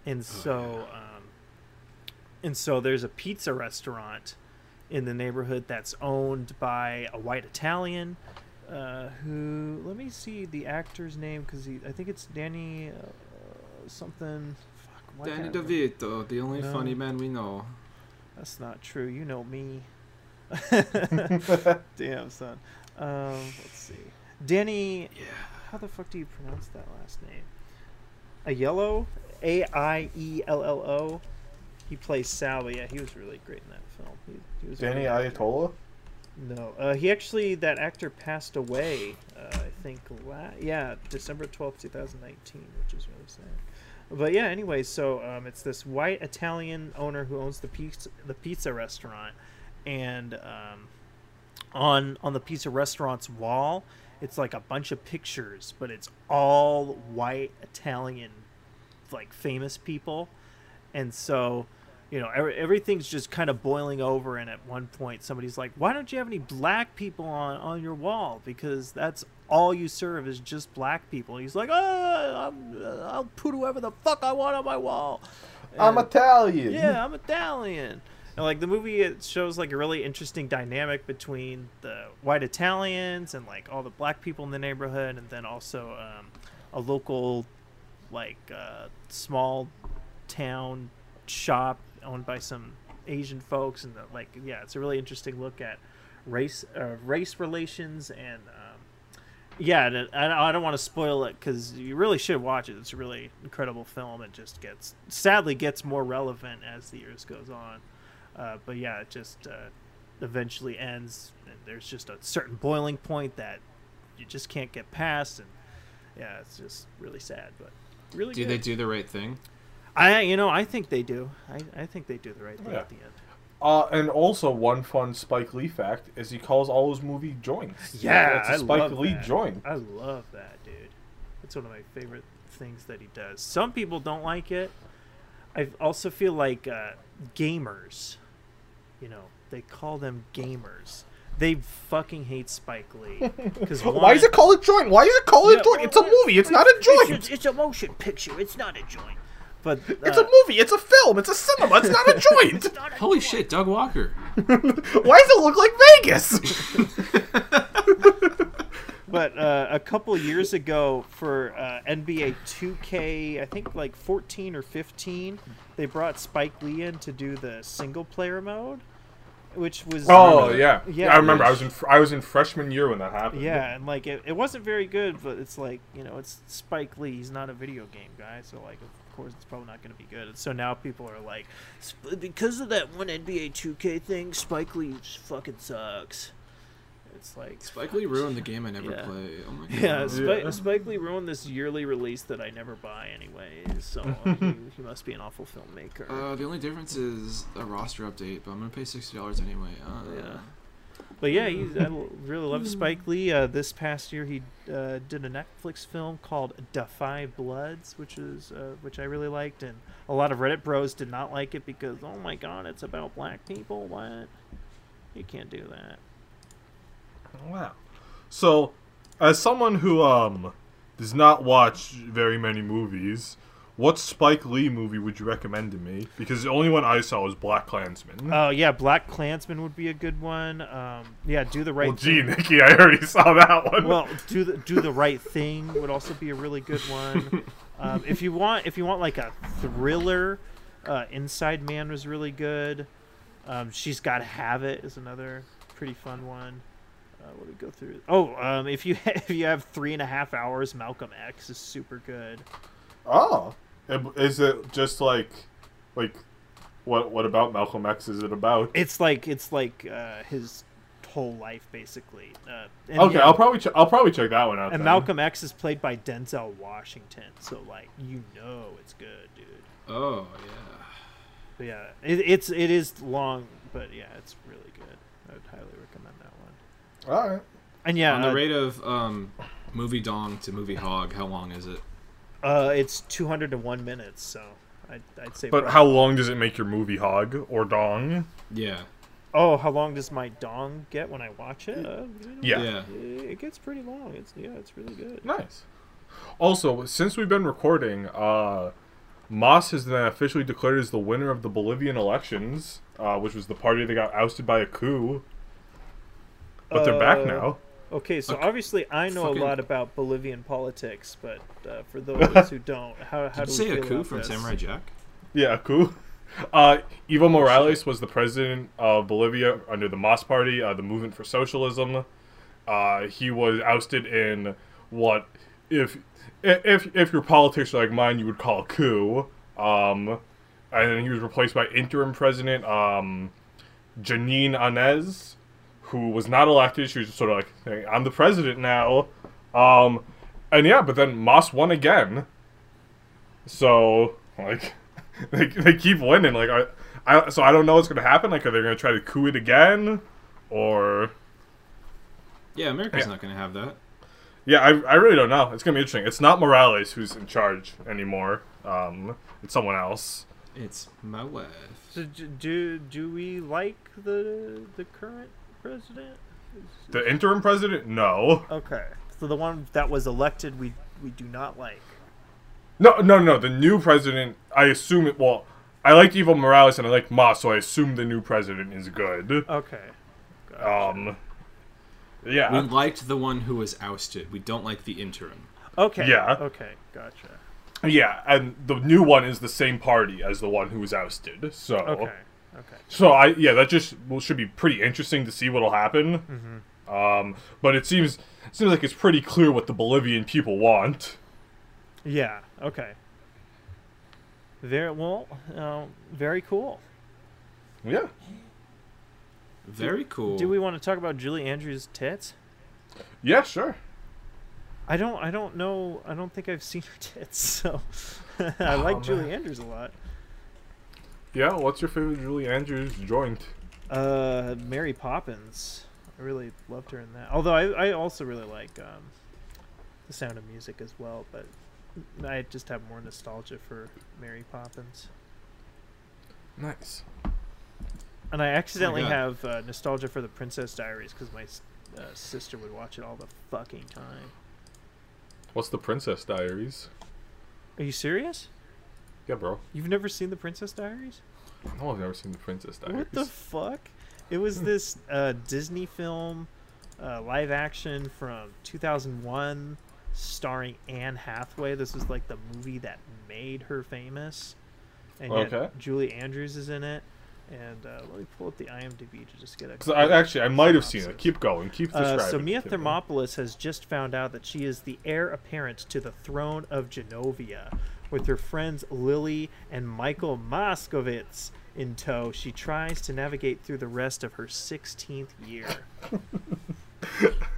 Speaker 7: and so um, and so there's a pizza restaurant in the neighborhood that's owned by a white Italian. Uh, who? Let me see the actor's name because I think it's Danny uh, something. Fuck, why
Speaker 2: Danny
Speaker 7: can't I remember?
Speaker 2: DeVito, the only
Speaker 7: No.
Speaker 2: funny man we know.
Speaker 7: That's not true. You know me. Damn son. Um, let's see. Danny.
Speaker 2: Yeah.
Speaker 7: How the fuck do you pronounce that last name? A yellow. A I E L L O. He plays Sal. Yeah, he was really great in that film. He, he was a
Speaker 9: Danny
Speaker 7: great actor.
Speaker 9: Ayatollah?
Speaker 7: No, uh, he actually that actor passed away. Uh, I think la- yeah, December twelfth, two thousand nineteen, which is really sad. But yeah, anyway, so um, it's this white Italian owner who owns the pizza the pizza restaurant, and um, on on the pizza restaurant's wall, it's like a bunch of pictures, but it's all white Italian, like famous people and so you know every, everything's just kind of boiling over and at one point somebody's like why don't you have any black people on on your wall because that's all you serve is just black people he's like oh I'm, i'll put whoever the fuck i want on my wall
Speaker 9: I'm Italian.
Speaker 7: yeah, I'm Italian. And like the movie, it shows like a really interesting dynamic between the white Italians and like all the black people in the neighborhood, and then also um, a local, like uh, small town shop owned by some Asian folks, and the, like yeah, it's a really interesting look at race uh, race relations and. Um, yeah, and it- I I don't want to spoil it because you really should watch it. It's a really incredible film. It just gets sadly gets more relevant as the years goes on. Uh, but yeah, it just uh, eventually ends, and there's just a certain boiling point that you just can't get past, and yeah, it's just really sad, but really
Speaker 2: Do
Speaker 7: good.
Speaker 2: they do the right thing?
Speaker 7: I you know I think they do. I, I think they do the right thing
Speaker 9: Yeah.
Speaker 7: at the end.
Speaker 9: Uh, and also one fun Spike Lee fact is he calls all his movie joints. that's a
Speaker 7: I
Speaker 9: Spike
Speaker 7: love
Speaker 9: Lee
Speaker 7: that.
Speaker 9: joint.
Speaker 7: I love that, dude. It's one of my favorite things that he does. Some people don't like it. I also feel like uh, gamers, you know, they call them gamers. They fucking hate Spike Lee because
Speaker 9: Why is it called a joint? Why is it called a joint? It's a movie. It's not a joint.
Speaker 8: It's, it's a motion picture. It's not a joint.
Speaker 7: But
Speaker 9: It's
Speaker 7: uh,
Speaker 9: a movie. It's a film. It's a cinema. It's not a joint.
Speaker 8: Not a
Speaker 2: Holy
Speaker 8: joint.
Speaker 2: shit, Doug Walker.
Speaker 9: Why does it look like Vegas?
Speaker 7: but uh, a couple years ago for uh, NBA 2K, I think like 14 or 15, they brought Spike Lee in to do the single player mode, which was
Speaker 9: Oh yeah,
Speaker 7: Yeah,
Speaker 9: I remember. I
Speaker 7: which-
Speaker 9: was in fr- I was in freshman year when that happened.
Speaker 7: Yeah, and like it, it wasn't very good, but it's like you know it's Spike Lee. He's not a video game guy, so like of course it's probably not going to be good. And so now people are like,
Speaker 8: Sp- Because of that one NBA 2K thing, Spike Lee fucking sucks.
Speaker 7: it's like
Speaker 2: Spike Lee ruined the game I never
Speaker 7: Yeah.
Speaker 2: play. Oh my god.
Speaker 7: yeah, Spike, Spike Lee ruined this yearly release that I never buy anyway. So he, he must be an awful filmmaker.
Speaker 2: Uh, the only difference is a roster update, but I'm gonna pay sixty dollars anyway. Uh,
Speaker 7: Yeah. But yeah, he's, I l- really love Spike Lee. Uh, this past year, he uh, did a Netflix film called Defy Bloods, which is uh, which I really liked, and a lot of Reddit bros did not like it because oh my god, it's about black people. What? You can't do that.
Speaker 9: Wow. So, as someone who um does not watch very many movies, what Spike Lee movie would you recommend to me? Because the only one I saw was Black Klansman.
Speaker 7: Oh yeah, Black Klansman would be a good one. Um, yeah, do the right.
Speaker 9: well,
Speaker 7: thing.
Speaker 9: gee, Nikki, I already saw that one.
Speaker 7: well, do the do the right thing would also be a really good one. Um, if you want, if you want like a thriller, uh, Inside Man was really good. Um, She's got to have it is another pretty fun one. Uh, let me go through. Oh, um, if you if you have three and a half hours, Malcolm X is super good.
Speaker 9: oh, It- is it just like, like, what? What about Malcolm X? Is it about?
Speaker 7: It's like it's like uh, his whole life basically. Uh, and
Speaker 9: okay,
Speaker 7: yeah,
Speaker 9: I'll probably ch- I'll probably check that one out.
Speaker 7: and
Speaker 9: then.
Speaker 7: Malcolm X is played by Denzel Washington, so like you know it's good, dude.
Speaker 2: Oh yeah.
Speaker 7: But yeah, it, it's it is long, but yeah, it's really good. I would highly recommend that one.
Speaker 9: All right.
Speaker 7: And yeah,
Speaker 2: On the
Speaker 7: uh,
Speaker 2: rate of um, movie dong to movie hog, how long is it?
Speaker 7: uh, it's two hundred to one minutes, so I'd, I'd say.
Speaker 9: But
Speaker 7: probably-
Speaker 9: how long does it make your movie hog or dong?
Speaker 2: Yeah.
Speaker 7: Oh, how long does my dong get when I watch it? Uh, you know,
Speaker 9: Yeah.
Speaker 2: Yeah.
Speaker 7: it it gets pretty long. It's yeah, it's really good.
Speaker 9: Nice. Also, since we've been recording, uh, Moss has been officially declared as the winner of the Bolivian elections, uh, which was the party that got ousted by a coup. But they're
Speaker 7: Uh,
Speaker 9: back now.
Speaker 7: Okay, so obviously I know
Speaker 2: fucking-
Speaker 7: a lot about Bolivian politics, but uh, for those who don't, how, how
Speaker 2: Did
Speaker 7: do
Speaker 2: you
Speaker 7: we
Speaker 2: say
Speaker 7: feel
Speaker 2: a coup
Speaker 7: about
Speaker 2: from
Speaker 7: this?
Speaker 2: Samurai Jack?
Speaker 9: Yeah, a coup. Uh, Evo Morales was the president of Bolivia under the Moss Party, uh, the Movement for Socialism. Uh, he was ousted in what, if i- if if your politics are like mine, you would call a coup. Um, and then he was replaced by interim president um, Janine Anez, who was not elected. She was just sort of like, "Hey, I'm the president now. Um, and yeah, but then Moss won again. So like, they, they keep winning. Like I, I so I don't know what's gonna happen. Like are they gonna try to coup it again, or
Speaker 2: Yeah, America's
Speaker 9: Yeah.
Speaker 2: not going to have that.
Speaker 9: yeah, I, I really don't know. It's gonna be interesting. It's not Morales who's in charge anymore. Um, it's someone else.
Speaker 2: It's my wife.
Speaker 7: So d- do do we like the the current president?
Speaker 9: The interim president? No,
Speaker 7: Okay, so the one that was elected, we we do not like.
Speaker 9: no, no, no. The new president. I assume it. Well, I liked Evo Morales and I like Ma, so I assume the new president is good.
Speaker 7: Okay,
Speaker 9: Um,
Speaker 2: We
Speaker 9: yeah,
Speaker 2: liked the one who was ousted. We don't like the interim.
Speaker 7: okay,
Speaker 9: Yeah.
Speaker 7: okay, gotcha.
Speaker 9: yeah, and the new one is the same party as the one who was ousted. So
Speaker 7: Okay, okay.
Speaker 9: So I yeah, that just will, should be pretty interesting to see what'll happen.
Speaker 7: Mm-hmm.
Speaker 9: Um, but it seems seems like it's pretty clear what the Bolivian people want.
Speaker 7: Yeah. Okay. Very well. Uh, very cool.
Speaker 9: Yeah.
Speaker 2: Very cool.
Speaker 7: Do we want to talk about Julie Andrews' tits?
Speaker 9: Yeah. Sure.
Speaker 7: I don't. I don't know. I don't think I've seen her tits. So I like Julie Andrews a lot.
Speaker 9: Yeah. What's your favorite Julie Andrews joint?
Speaker 7: Uh, Mary Poppins. I really loved her in that. Although I, I also really like um, The Sound of Music as well. But I just have more nostalgia for Mary Poppins.
Speaker 9: Nice.
Speaker 7: And I accidentally
Speaker 2: God.
Speaker 7: have uh, nostalgia for The Princess Diaries because my s- uh, sister would watch it all the fucking time.
Speaker 9: What's the Princess Diaries?
Speaker 7: Are you serious?
Speaker 9: Yeah, bro.
Speaker 7: You've never seen The Princess Diaries?
Speaker 9: No, I've never seen the Princess Diaries.
Speaker 7: What the fuck? It was this uh, Disney film, uh, live action from 2001, starring Anne Hathaway. This was like the movie that made her famous, and yet
Speaker 9: Okay.
Speaker 7: Julie Andrews is in it. And uh, let me pull up the IMDb to just get a.
Speaker 9: 'Cause I, actually, I might have
Speaker 7: synopsis.
Speaker 9: seen it. Keep going. Keep describing.
Speaker 7: Uh, so Mia
Speaker 9: it to me.
Speaker 7: Thermopolis has just found out that she is the heir apparent to the throne of Genovia. With her friends Lily and Michael Moskowitz in tow, she tries to navigate through the rest of her 16th year.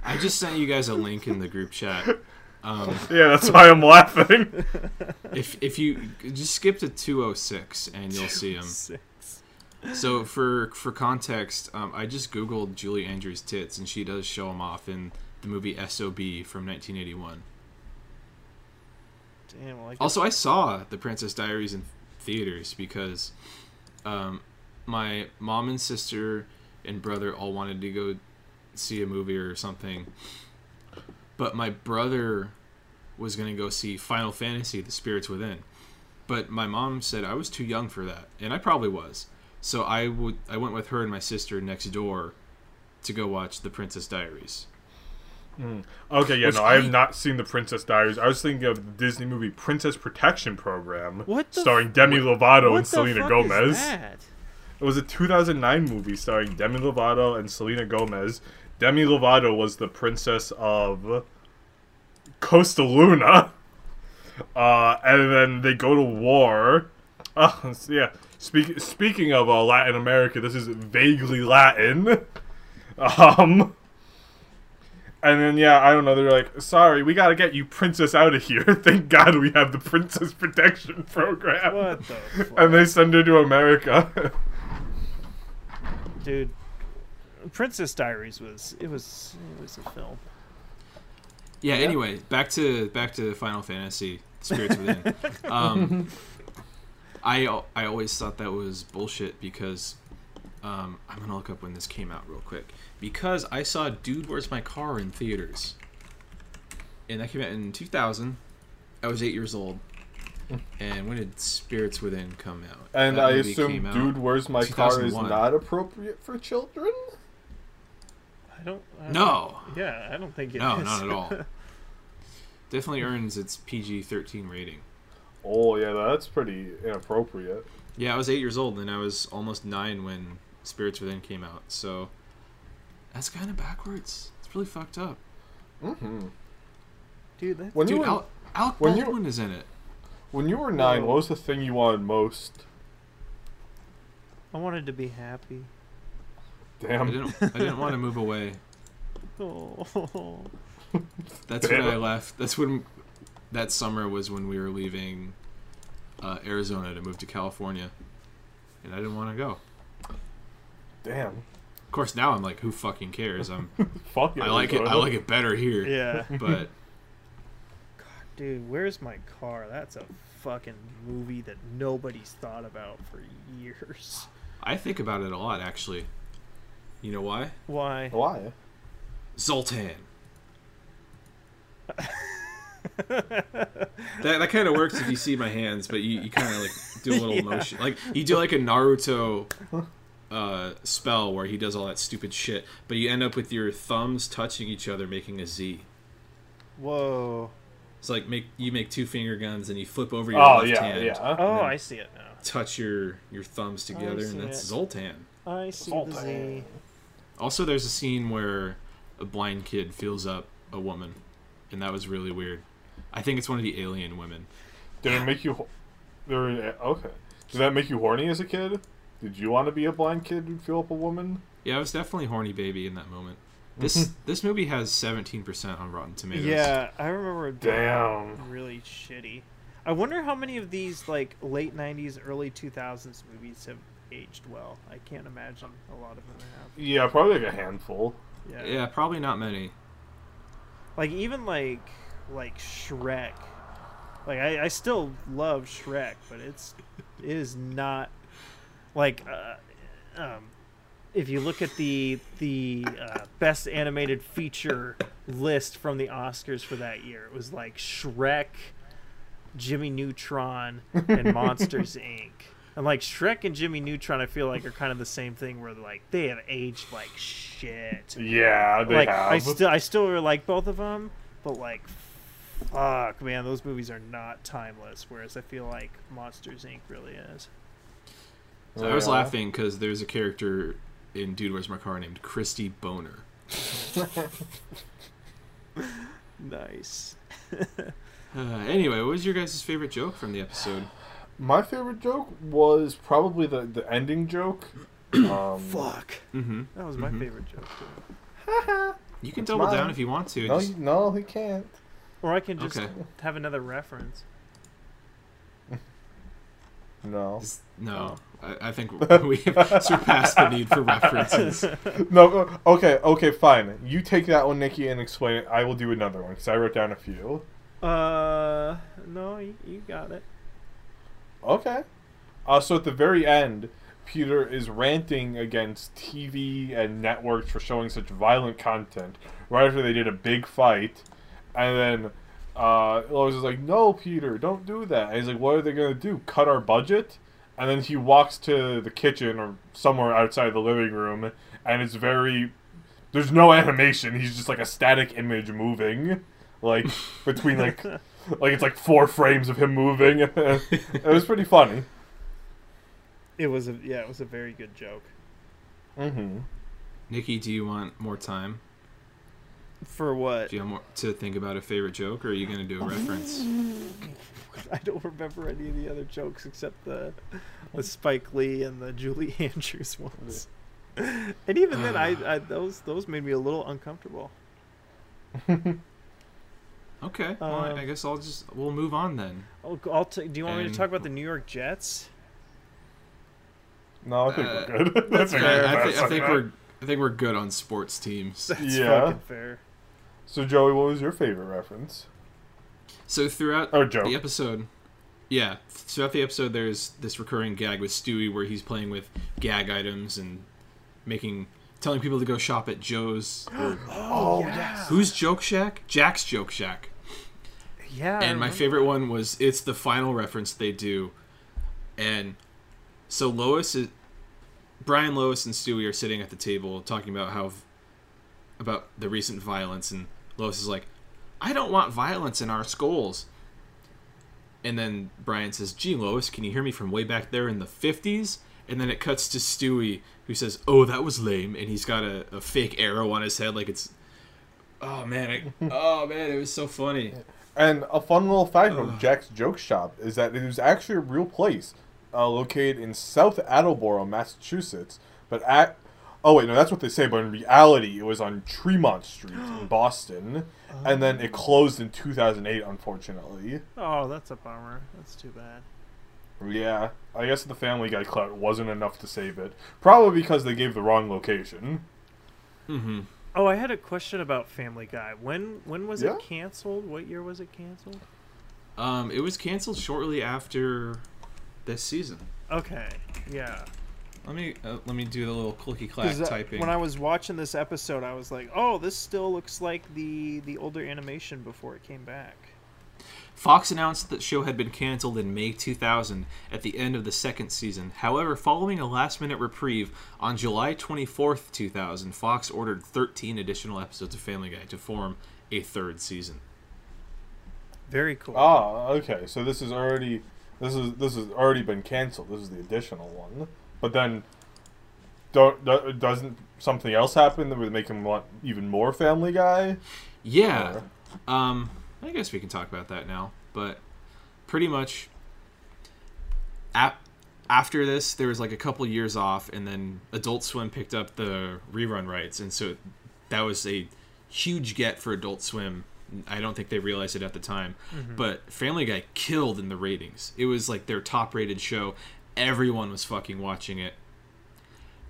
Speaker 2: I just sent you guys a link in the group chat. Um,
Speaker 9: Yeah, that's why I'm laughing.
Speaker 2: if if you just skip to 206 and you'll see him.
Speaker 7: Six.
Speaker 2: So for for context, um, I just googled Julie Andrews tits and she does show them off in the movie SOB from 1981.
Speaker 7: Damn, well, I guess-
Speaker 2: Also, I saw The Princess Diaries in theaters because um, my mom and sister and brother all wanted to go see a movie or something. But my brother was going to go see Final Fantasy The Spirits Within. But my mom said I was too young for that, and I probably was. So I would I went with her and my sister next door to go watch The Princess Diaries.
Speaker 9: Okay, yeah,
Speaker 2: Was
Speaker 9: no, I have
Speaker 2: he-
Speaker 9: not seen the Princess Diaries. I was thinking of the Disney movie Princess Protection Program,
Speaker 7: What the
Speaker 9: starring Demi Lovato
Speaker 7: what
Speaker 9: and
Speaker 7: the
Speaker 9: Selena
Speaker 7: fuck
Speaker 9: Gomez.
Speaker 7: Is that?
Speaker 9: It was a 2009 movie starring Demi Lovato and Selena Gomez. Demi Lovato was the princess of Costa Luna, uh, and then they go to war. Uh, so yeah. Speak, speaking of uh, Latin America, this is vaguely Latin. Um, and then yeah, I don't know. They're like, sorry, we gotta get you princess out of here. Thank God we have the princess protection program.
Speaker 7: What the fuck?
Speaker 9: And they send her to America.
Speaker 7: Dude, Princess Diaries was it was it was a film.
Speaker 2: yeah, anyway back to back to final fantasy spirits within um, i al- i always thought that was bullshit because um, i'm gonna look up when this came out real quick because i saw dude where's my car in theaters and that came out in 2000 i was eight years old And when did Spirits Within come out?
Speaker 9: And
Speaker 2: That
Speaker 9: I
Speaker 2: movie
Speaker 9: assume
Speaker 2: came out-
Speaker 9: Dude, Where's My Car is
Speaker 2: 2001.
Speaker 9: not appropriate for children?
Speaker 7: I don't. I don't-
Speaker 2: No,
Speaker 7: Yeah, I don't think it is.
Speaker 2: no, not at all. Definitely earns its PG thirteen rating.
Speaker 9: Oh, yeah, that's pretty inappropriate.
Speaker 2: Yeah, I was eight years old and I was almost nine when Spirits Within came out, so that's kind of backwards. It's really fucked up.
Speaker 7: Dude, that's
Speaker 9: When you
Speaker 2: Dude,
Speaker 9: were,
Speaker 2: Al- Alec
Speaker 9: when you-
Speaker 2: Baldwin is in it.
Speaker 9: when you were nine, what was the thing you wanted most?
Speaker 7: I wanted to be happy.
Speaker 2: I
Speaker 9: Damn.
Speaker 2: didn't. I didn't want to move away.
Speaker 7: Oh.
Speaker 2: That's
Speaker 9: Damn.
Speaker 2: when I left. That's when. That summer was when we were leaving uh, Arizona to move to California, and I didn't want to go.
Speaker 9: Damn.
Speaker 2: Of course, now I'm like, who fucking cares? I'm.
Speaker 9: Fuck it.
Speaker 2: I like it. I like it better here.
Speaker 7: Yeah.
Speaker 2: But
Speaker 7: Dude, where's my car? That's a fucking movie that nobody's thought about for years.
Speaker 2: I think about it a lot, actually. You know why?
Speaker 7: Why?
Speaker 9: Why?
Speaker 2: Zoltan. that that kind of works if you see my hands, but you, you kind of like do a little motion, like you do like a Naruto uh, spell where he does all that stupid shit, but you end up with your thumbs touching each other, making a Z.
Speaker 7: Whoa.
Speaker 2: It's like make you make two finger guns and you flip over your
Speaker 9: Oh,
Speaker 2: left
Speaker 9: yeah,
Speaker 2: hand,
Speaker 9: yeah.
Speaker 7: Oh, I see it now.
Speaker 2: touch your your thumbs together,
Speaker 7: see
Speaker 2: and that's
Speaker 7: it.
Speaker 2: Zoltan.
Speaker 7: I see the Z.
Speaker 2: Also, there's a scene where a blind kid feels up a woman, and that was really weird. I think it's one of the alien women.
Speaker 9: Did it make you. ho- There, okay. Did that make you horny as a kid? Did you want to be a blind kid who'd feel up a woman?
Speaker 2: Yeah, I was definitely horny baby in that moment. This this movie has 17% on Rotten Tomatoes.
Speaker 7: Yeah, I remember it being
Speaker 9: Damn.
Speaker 7: really shitty. I wonder how many of these like late '90s, early 2000s movies have aged well. I can't imagine a lot of them have.
Speaker 9: Yeah, probably like a handful.
Speaker 7: Yeah.
Speaker 2: Yeah, probably not many.
Speaker 7: Like even like like Shrek. Like I, I still love Shrek, but it's it is not like uh, um, if you look at the the uh, best animated feature list from the Oscars for that year, it was like Shrek, Jimmy Neutron, and Monsters Inc. And like Shrek and Jimmy Neutron, I feel like are kind of the same thing where like they have aged like shit
Speaker 9: Yeah, they
Speaker 7: like
Speaker 9: have.
Speaker 7: I still I still really like both of them, but like fuck man, those movies are not timeless whereas I feel like Monsters Inc really is.
Speaker 2: So I was laughing because there's a character in Dude Where's My Car named Christy Boner.
Speaker 7: Nice.
Speaker 2: Uh, anyway, what was your guys' favorite joke from the episode?
Speaker 9: My favorite joke was probably the, the ending joke. Um,
Speaker 10: Fuck.
Speaker 7: That was my favorite joke too.
Speaker 2: Mm-hmm. You can double
Speaker 9: mine.
Speaker 2: down if you want to.
Speaker 9: no,
Speaker 2: Just-
Speaker 9: you- no, he can't.
Speaker 7: Or I can just
Speaker 2: Okay.
Speaker 7: have another reference.
Speaker 9: No.
Speaker 2: no, I, I think we have surpassed the need for references.
Speaker 9: No, uh, okay, okay, fine. You take that one, Nikki, and explain it. I will do another one because I wrote down a few.
Speaker 7: Uh no, you, you got it.
Speaker 9: Okay. Uh, so at the very end, Peter is ranting against TV and networks for showing such violent content right after they did a big fight. And then uh, Lois is like, No, Peter, don't do that. And he's like, What are they going to do? Cut our budget? And then he walks to the kitchen or somewhere outside the living room, and it's very. There's no animation. He's just like a static image moving, like between like, like it's like four frames of him moving. it was pretty funny.
Speaker 7: It was a yeah, it was a very good joke.
Speaker 9: Mm-hmm.
Speaker 2: Nikki, do you want more time?
Speaker 7: For what?
Speaker 2: Do you have more to think about a favorite joke, or are you going to do a reference?
Speaker 7: I don't remember any of the other jokes except the the Spike Lee and the Julie Andrews ones. And even then, I, I those those made me a little uncomfortable.
Speaker 2: Okay. Well, I- I
Speaker 7: Um,
Speaker 2: guess I'll just we'll move on then.
Speaker 7: Oh, g- I'll t- do you want me
Speaker 2: And-
Speaker 7: to talk about the New York Jets?
Speaker 9: No, I think
Speaker 2: Uh,
Speaker 9: we're good. That's
Speaker 2: I, I think, I think we're I think we're good on sports teams.
Speaker 7: That's
Speaker 9: Yeah.
Speaker 7: fucking fair.
Speaker 9: So, Joey, what was your favorite reference?
Speaker 2: So throughout
Speaker 9: Or joke.
Speaker 2: the episode, yeah, throughout the episode, there's this recurring gag with Stewie where he's playing with gag items and making telling people to go shop at Joe's. oh, yes. Who's Joke Shack? Jack's Joke Shack.
Speaker 7: yeah. I
Speaker 2: and my
Speaker 7: remember.
Speaker 2: favorite one was it's the final reference they do and so lois is brian lois and stewie are sitting at the table talking about how about the recent violence and lois is like i don't want violence in our schools and then brian says gee lois can you hear me from way back there in the 50s and then it cuts to stewie who says oh that was lame and he's got a, a fake arrow on his head like it's oh man I, oh man it was so funny
Speaker 9: And a fun little fact about Jack's Joke Shop is that it was actually a real place, uh, located in South Attleboro, Massachusetts. But at oh wait, no, that's what they say. But in reality, it was on Tremont Street in Boston, and then
Speaker 2: Oh.
Speaker 9: it closed in 2008, unfortunately.
Speaker 7: Oh, that's a bummer. That's too bad.
Speaker 9: Yeah, I guess the Family Guy clout wasn't enough to save it. Probably because they gave the wrong location.
Speaker 7: Oh, I had a question about Family Guy. When when was
Speaker 9: Yeah?
Speaker 7: it canceled? What year was it canceled?
Speaker 2: Um, it was canceled shortly after this season.
Speaker 7: Okay, yeah.
Speaker 2: Let me uh, let me do the little clicky clack
Speaker 7: 'Cause, uh,
Speaker 2: typing.
Speaker 7: When I was watching this episode, I was like, "Oh, this still looks like the the older animation before it came back."
Speaker 2: Fox announced that show had been canceled in May 2000 at the end of the second season. However, following a last-minute reprieve on July 24th, 2000, Fox ordered 13 additional episodes of Family Guy to form a third season.
Speaker 7: Very cool.
Speaker 9: Ah, okay. So this is already this is this has already been canceled. This is the additional one. But then, don't do- doesn't something else happen that would make him want even more Family Guy?
Speaker 2: Yeah. Um, I guess we can talk about that now. But pretty much, ap- after this, there was like a couple years off, and then Adult Swim picked up the rerun rights, and so that was a huge get for Adult Swim. I don't think they realized it at the time, but Family Guy killed in the ratings. It was like their top-rated show. Everyone was fucking watching it.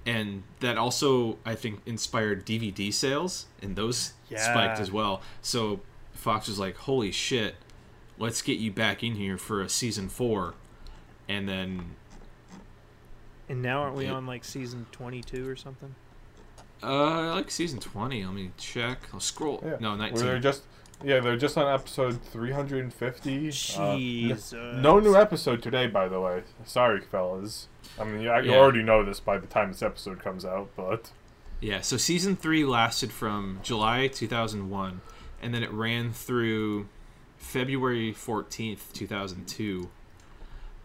Speaker 2: And that also, I think, inspired DVD sales, and those spiked
Speaker 7: Yeah.
Speaker 2: as well. So Fox was like, "Holy shit, let's get you back in here for a season four. And then,
Speaker 7: And now aren't we
Speaker 2: It-
Speaker 7: on like season twenty two or something?
Speaker 2: uh, like season 20. Let me check. I'll scroll.
Speaker 9: Yeah.
Speaker 2: No,
Speaker 9: Where they're
Speaker 2: 19.
Speaker 9: just yeah, they're just on episode three hundred and fifty.
Speaker 7: Uh, Jesus.
Speaker 9: no new episode today, by the way. Sorry, fellas. I mean, you, you
Speaker 2: Yeah.
Speaker 9: already know this by the time this episode comes out, but
Speaker 2: Yeah, so season three lasted from July 2001, and then it ran through February 14th, 2002.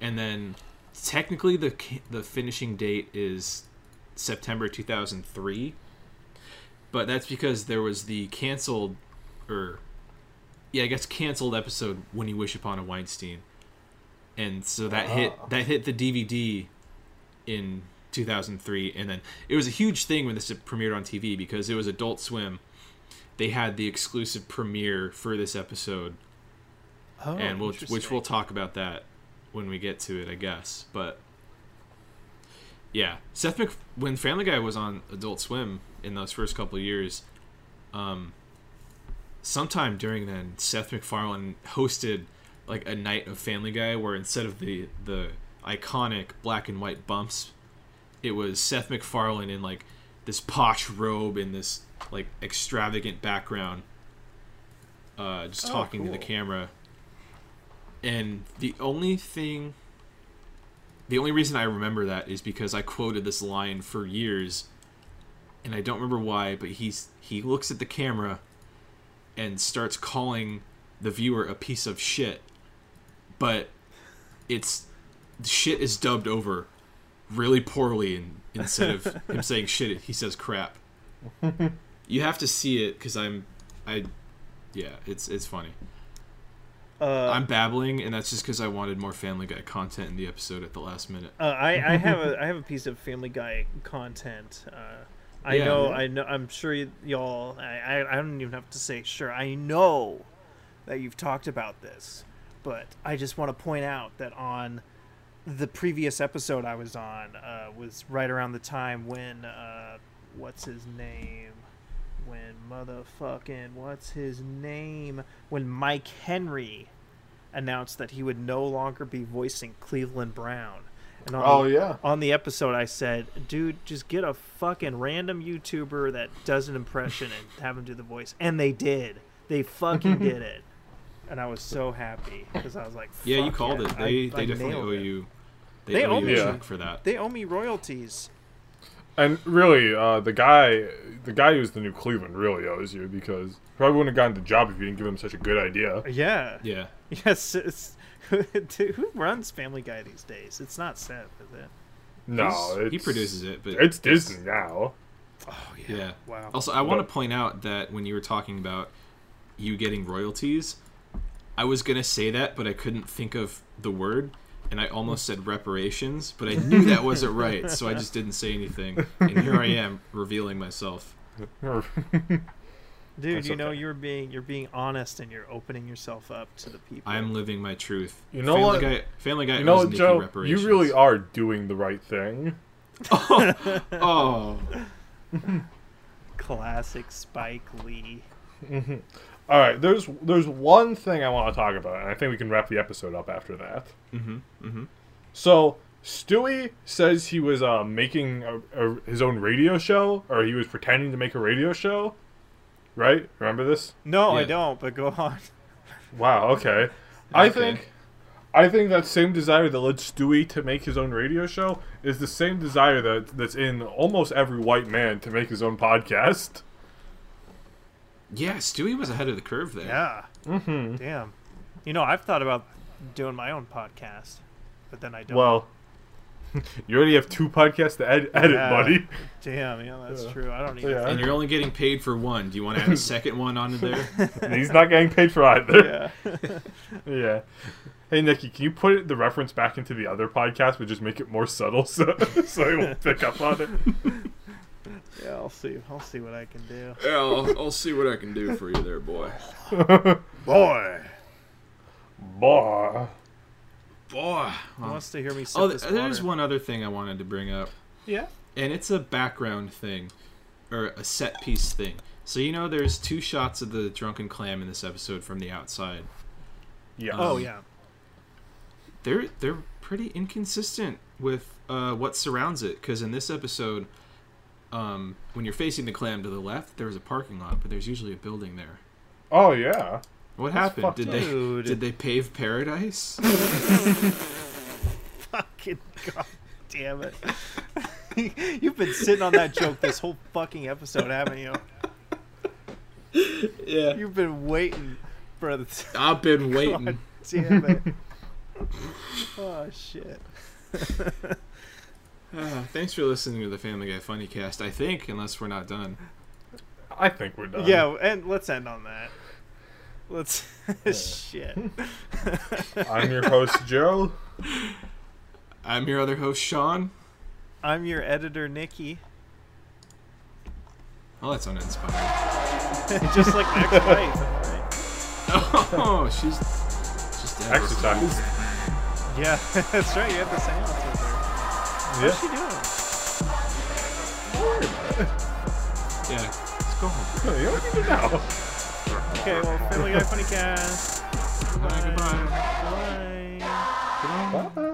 Speaker 2: And then technically the ca- the finishing date is September 2003. But that's because there was the canceled or yeah, I guess canceled episode When You Wish Upon a Weinstein. And so that hit that hit the DVD in 2003 and then it was a huge thing when this premiered on TV because it was Adult Swim. They had the exclusive premiere for this episode
Speaker 7: Oh,
Speaker 2: and we'll which
Speaker 7: interesting.
Speaker 2: we'll talk about that when we get to it, I guess. But yeah, Seth Mac when Family Guy was on Adult Swim in those first couple of years, um, sometime during then Seth MacFarlane hosted like a night of Family Guy where instead of the the iconic black and white bumps, it was Seth MacFarlane in like this posh robe in this like extravagant background, uh,
Speaker 7: Oh,
Speaker 2: just talking to the camera and the only thing the only reason i remember that is because i quoted this line for years and i don't remember why but he's he looks at the camera and starts calling the viewer a piece of shit but it's shit is dubbed over really poorly and instead of him saying shit he says crap you have to see it because i'm i yeah it's it's funny I'm babbling, and that's just because I wanted more Family Guy content in the episode at the last minute.
Speaker 7: Uh, I, I have a I have a piece of Family Guy content. Uh, I
Speaker 2: Yeah.
Speaker 7: know I know I'm sure y- y'all. I, I I don't even have to say sure. I know that you've talked about this, but I just want to point out that on the previous episode I was on uh, was right around the time when uh, what's his name. When motherfucking what's his name? When Mike Henry announced that he would no longer be voicing Cleveland Brown. And on
Speaker 9: Oh,
Speaker 7: the,
Speaker 9: yeah.
Speaker 7: On the episode, I said, dude, just get a fucking random YouTuber that does an impression and have him do the voice. And they did. They fucking did it. and I was so happy because I was like,
Speaker 2: Yeah, you
Speaker 7: "Fuck
Speaker 2: called
Speaker 7: yeah,
Speaker 2: it.
Speaker 7: I-
Speaker 2: They
Speaker 7: I
Speaker 2: they definitely
Speaker 7: nailed
Speaker 2: owe
Speaker 7: it."
Speaker 2: you. They,
Speaker 7: They
Speaker 2: owe
Speaker 7: owe
Speaker 2: you
Speaker 7: me.
Speaker 2: a check for that.
Speaker 7: They owe me royalties.
Speaker 9: And really, uh, the guy, the guy who's the new Cleveland, really owes you because he probably wouldn't have gotten the job if you didn't give him such a good idea.
Speaker 7: Yeah.
Speaker 2: Yeah.
Speaker 7: Yes. It's, dude, who runs Family Guy these days? It's not Seth, is it?
Speaker 9: No,
Speaker 2: He's-
Speaker 9: Oh, it's,
Speaker 2: he produces it, but
Speaker 9: It's Disney now.
Speaker 2: yeah.
Speaker 7: Wow.
Speaker 2: Also, I want to point out that when you were talking about you getting royalties, I was gonna say that, but I couldn't think of the word, and I almost said reparations, but I knew that wasn't right, so I just didn't say anything, and here I am revealing myself.
Speaker 7: Dude,
Speaker 9: That's
Speaker 7: you know
Speaker 9: okay.
Speaker 7: you're being you're being honest and you're opening yourself up to the people.
Speaker 2: I am living my truth.
Speaker 9: You know
Speaker 2: Family
Speaker 9: what?
Speaker 2: Guy, Family Guy
Speaker 9: You know,
Speaker 2: owes Nikki
Speaker 9: Joe, you
Speaker 2: reparations.
Speaker 9: really are doing the right thing.
Speaker 2: Oh,
Speaker 7: classic Spike Lee.
Speaker 9: All right, there's there's one thing I want to talk about, and I think we can wrap the episode up after that. Mm-hmm. Mm-hmm. So Stewie says he was uh, making a, a, his own radio show, or he was pretending to make a radio show. Right? Remember this?
Speaker 7: No, I
Speaker 2: Yeah.
Speaker 7: don't. But go on.
Speaker 9: Wow. Okay. I
Speaker 2: Okay.
Speaker 9: think, I think that same desire that led Stewie to make his own radio show is the same desire that that's in almost every white man to make his own podcast.
Speaker 2: yeah, Stewie was ahead of the curve there.
Speaker 7: Yeah. Mm-hmm. Damn. You know, I've thought about doing my own podcast, but then I don't.
Speaker 9: Well, you already have two podcasts to ed- edit,
Speaker 7: Yeah.
Speaker 9: buddy.
Speaker 7: Damn. Yeah, that's true. I don't even.
Speaker 2: And
Speaker 9: Yeah.
Speaker 2: you're only getting paid for one. Do you want to add a second one onto there?
Speaker 9: And he's not getting paid for either.
Speaker 7: Yeah.
Speaker 9: Yeah. Hey Nikki, can you put it- the reference back into the other podcast, but just make it more subtle so so he won't pick up on it?
Speaker 7: Yeah. I'll see. I'll see what I can do.
Speaker 2: Yeah, I'll, I'll see what I can do for you there, boy.
Speaker 9: Boy, boy.
Speaker 2: Boy.
Speaker 7: He wants to hear me. Sip
Speaker 2: Oh,
Speaker 7: this
Speaker 2: th- there's
Speaker 7: water.
Speaker 2: one other thing I wanted to bring up.
Speaker 7: Yeah.
Speaker 2: And it's a background thing, or a set piece thing. So, you know, there's two shots of the drunken clam in this episode from the outside.
Speaker 9: Yeah.
Speaker 7: Oh yeah.
Speaker 2: They're, they're pretty inconsistent with uh, what surrounds it, because in this episode, um, when you're facing the clam to the left, there's a parking lot, but there's usually a building there.
Speaker 9: Oh yeah.
Speaker 2: What happened?
Speaker 9: fucked
Speaker 2: Did
Speaker 9: up.
Speaker 2: they
Speaker 7: Dude.
Speaker 2: did they pave paradise?
Speaker 7: Fucking god damn it. You've been sitting on that joke this whole fucking episode, haven't you?
Speaker 2: yeah,
Speaker 7: You've been waiting for the
Speaker 2: I've been waiting.
Speaker 7: God damn it. oh shit.
Speaker 2: Uh, thanks for listening to the Family Guy Funny Cast. I think, unless we're not done.
Speaker 9: I think we're done.
Speaker 7: Yeah, and let's end on that. Let's shit.
Speaker 9: I'm your host, Joe.
Speaker 2: I'm your other host, Sean.
Speaker 7: I'm your editor Nikki.
Speaker 2: Oh, that's uninspiring.
Speaker 7: Just like my ex-wife. alright?
Speaker 2: Oh, she's she's dead.
Speaker 9: Exercise.
Speaker 7: Yeah, that's right, you have the seance with her.
Speaker 9: Yeah.
Speaker 7: What's she doing?
Speaker 2: Yeah, let's go home.
Speaker 9: You don't need to know.
Speaker 7: Okay, well Family Guy Funny Cast.
Speaker 2: Goodbye. goodbye.
Speaker 7: Bye.
Speaker 9: Bye.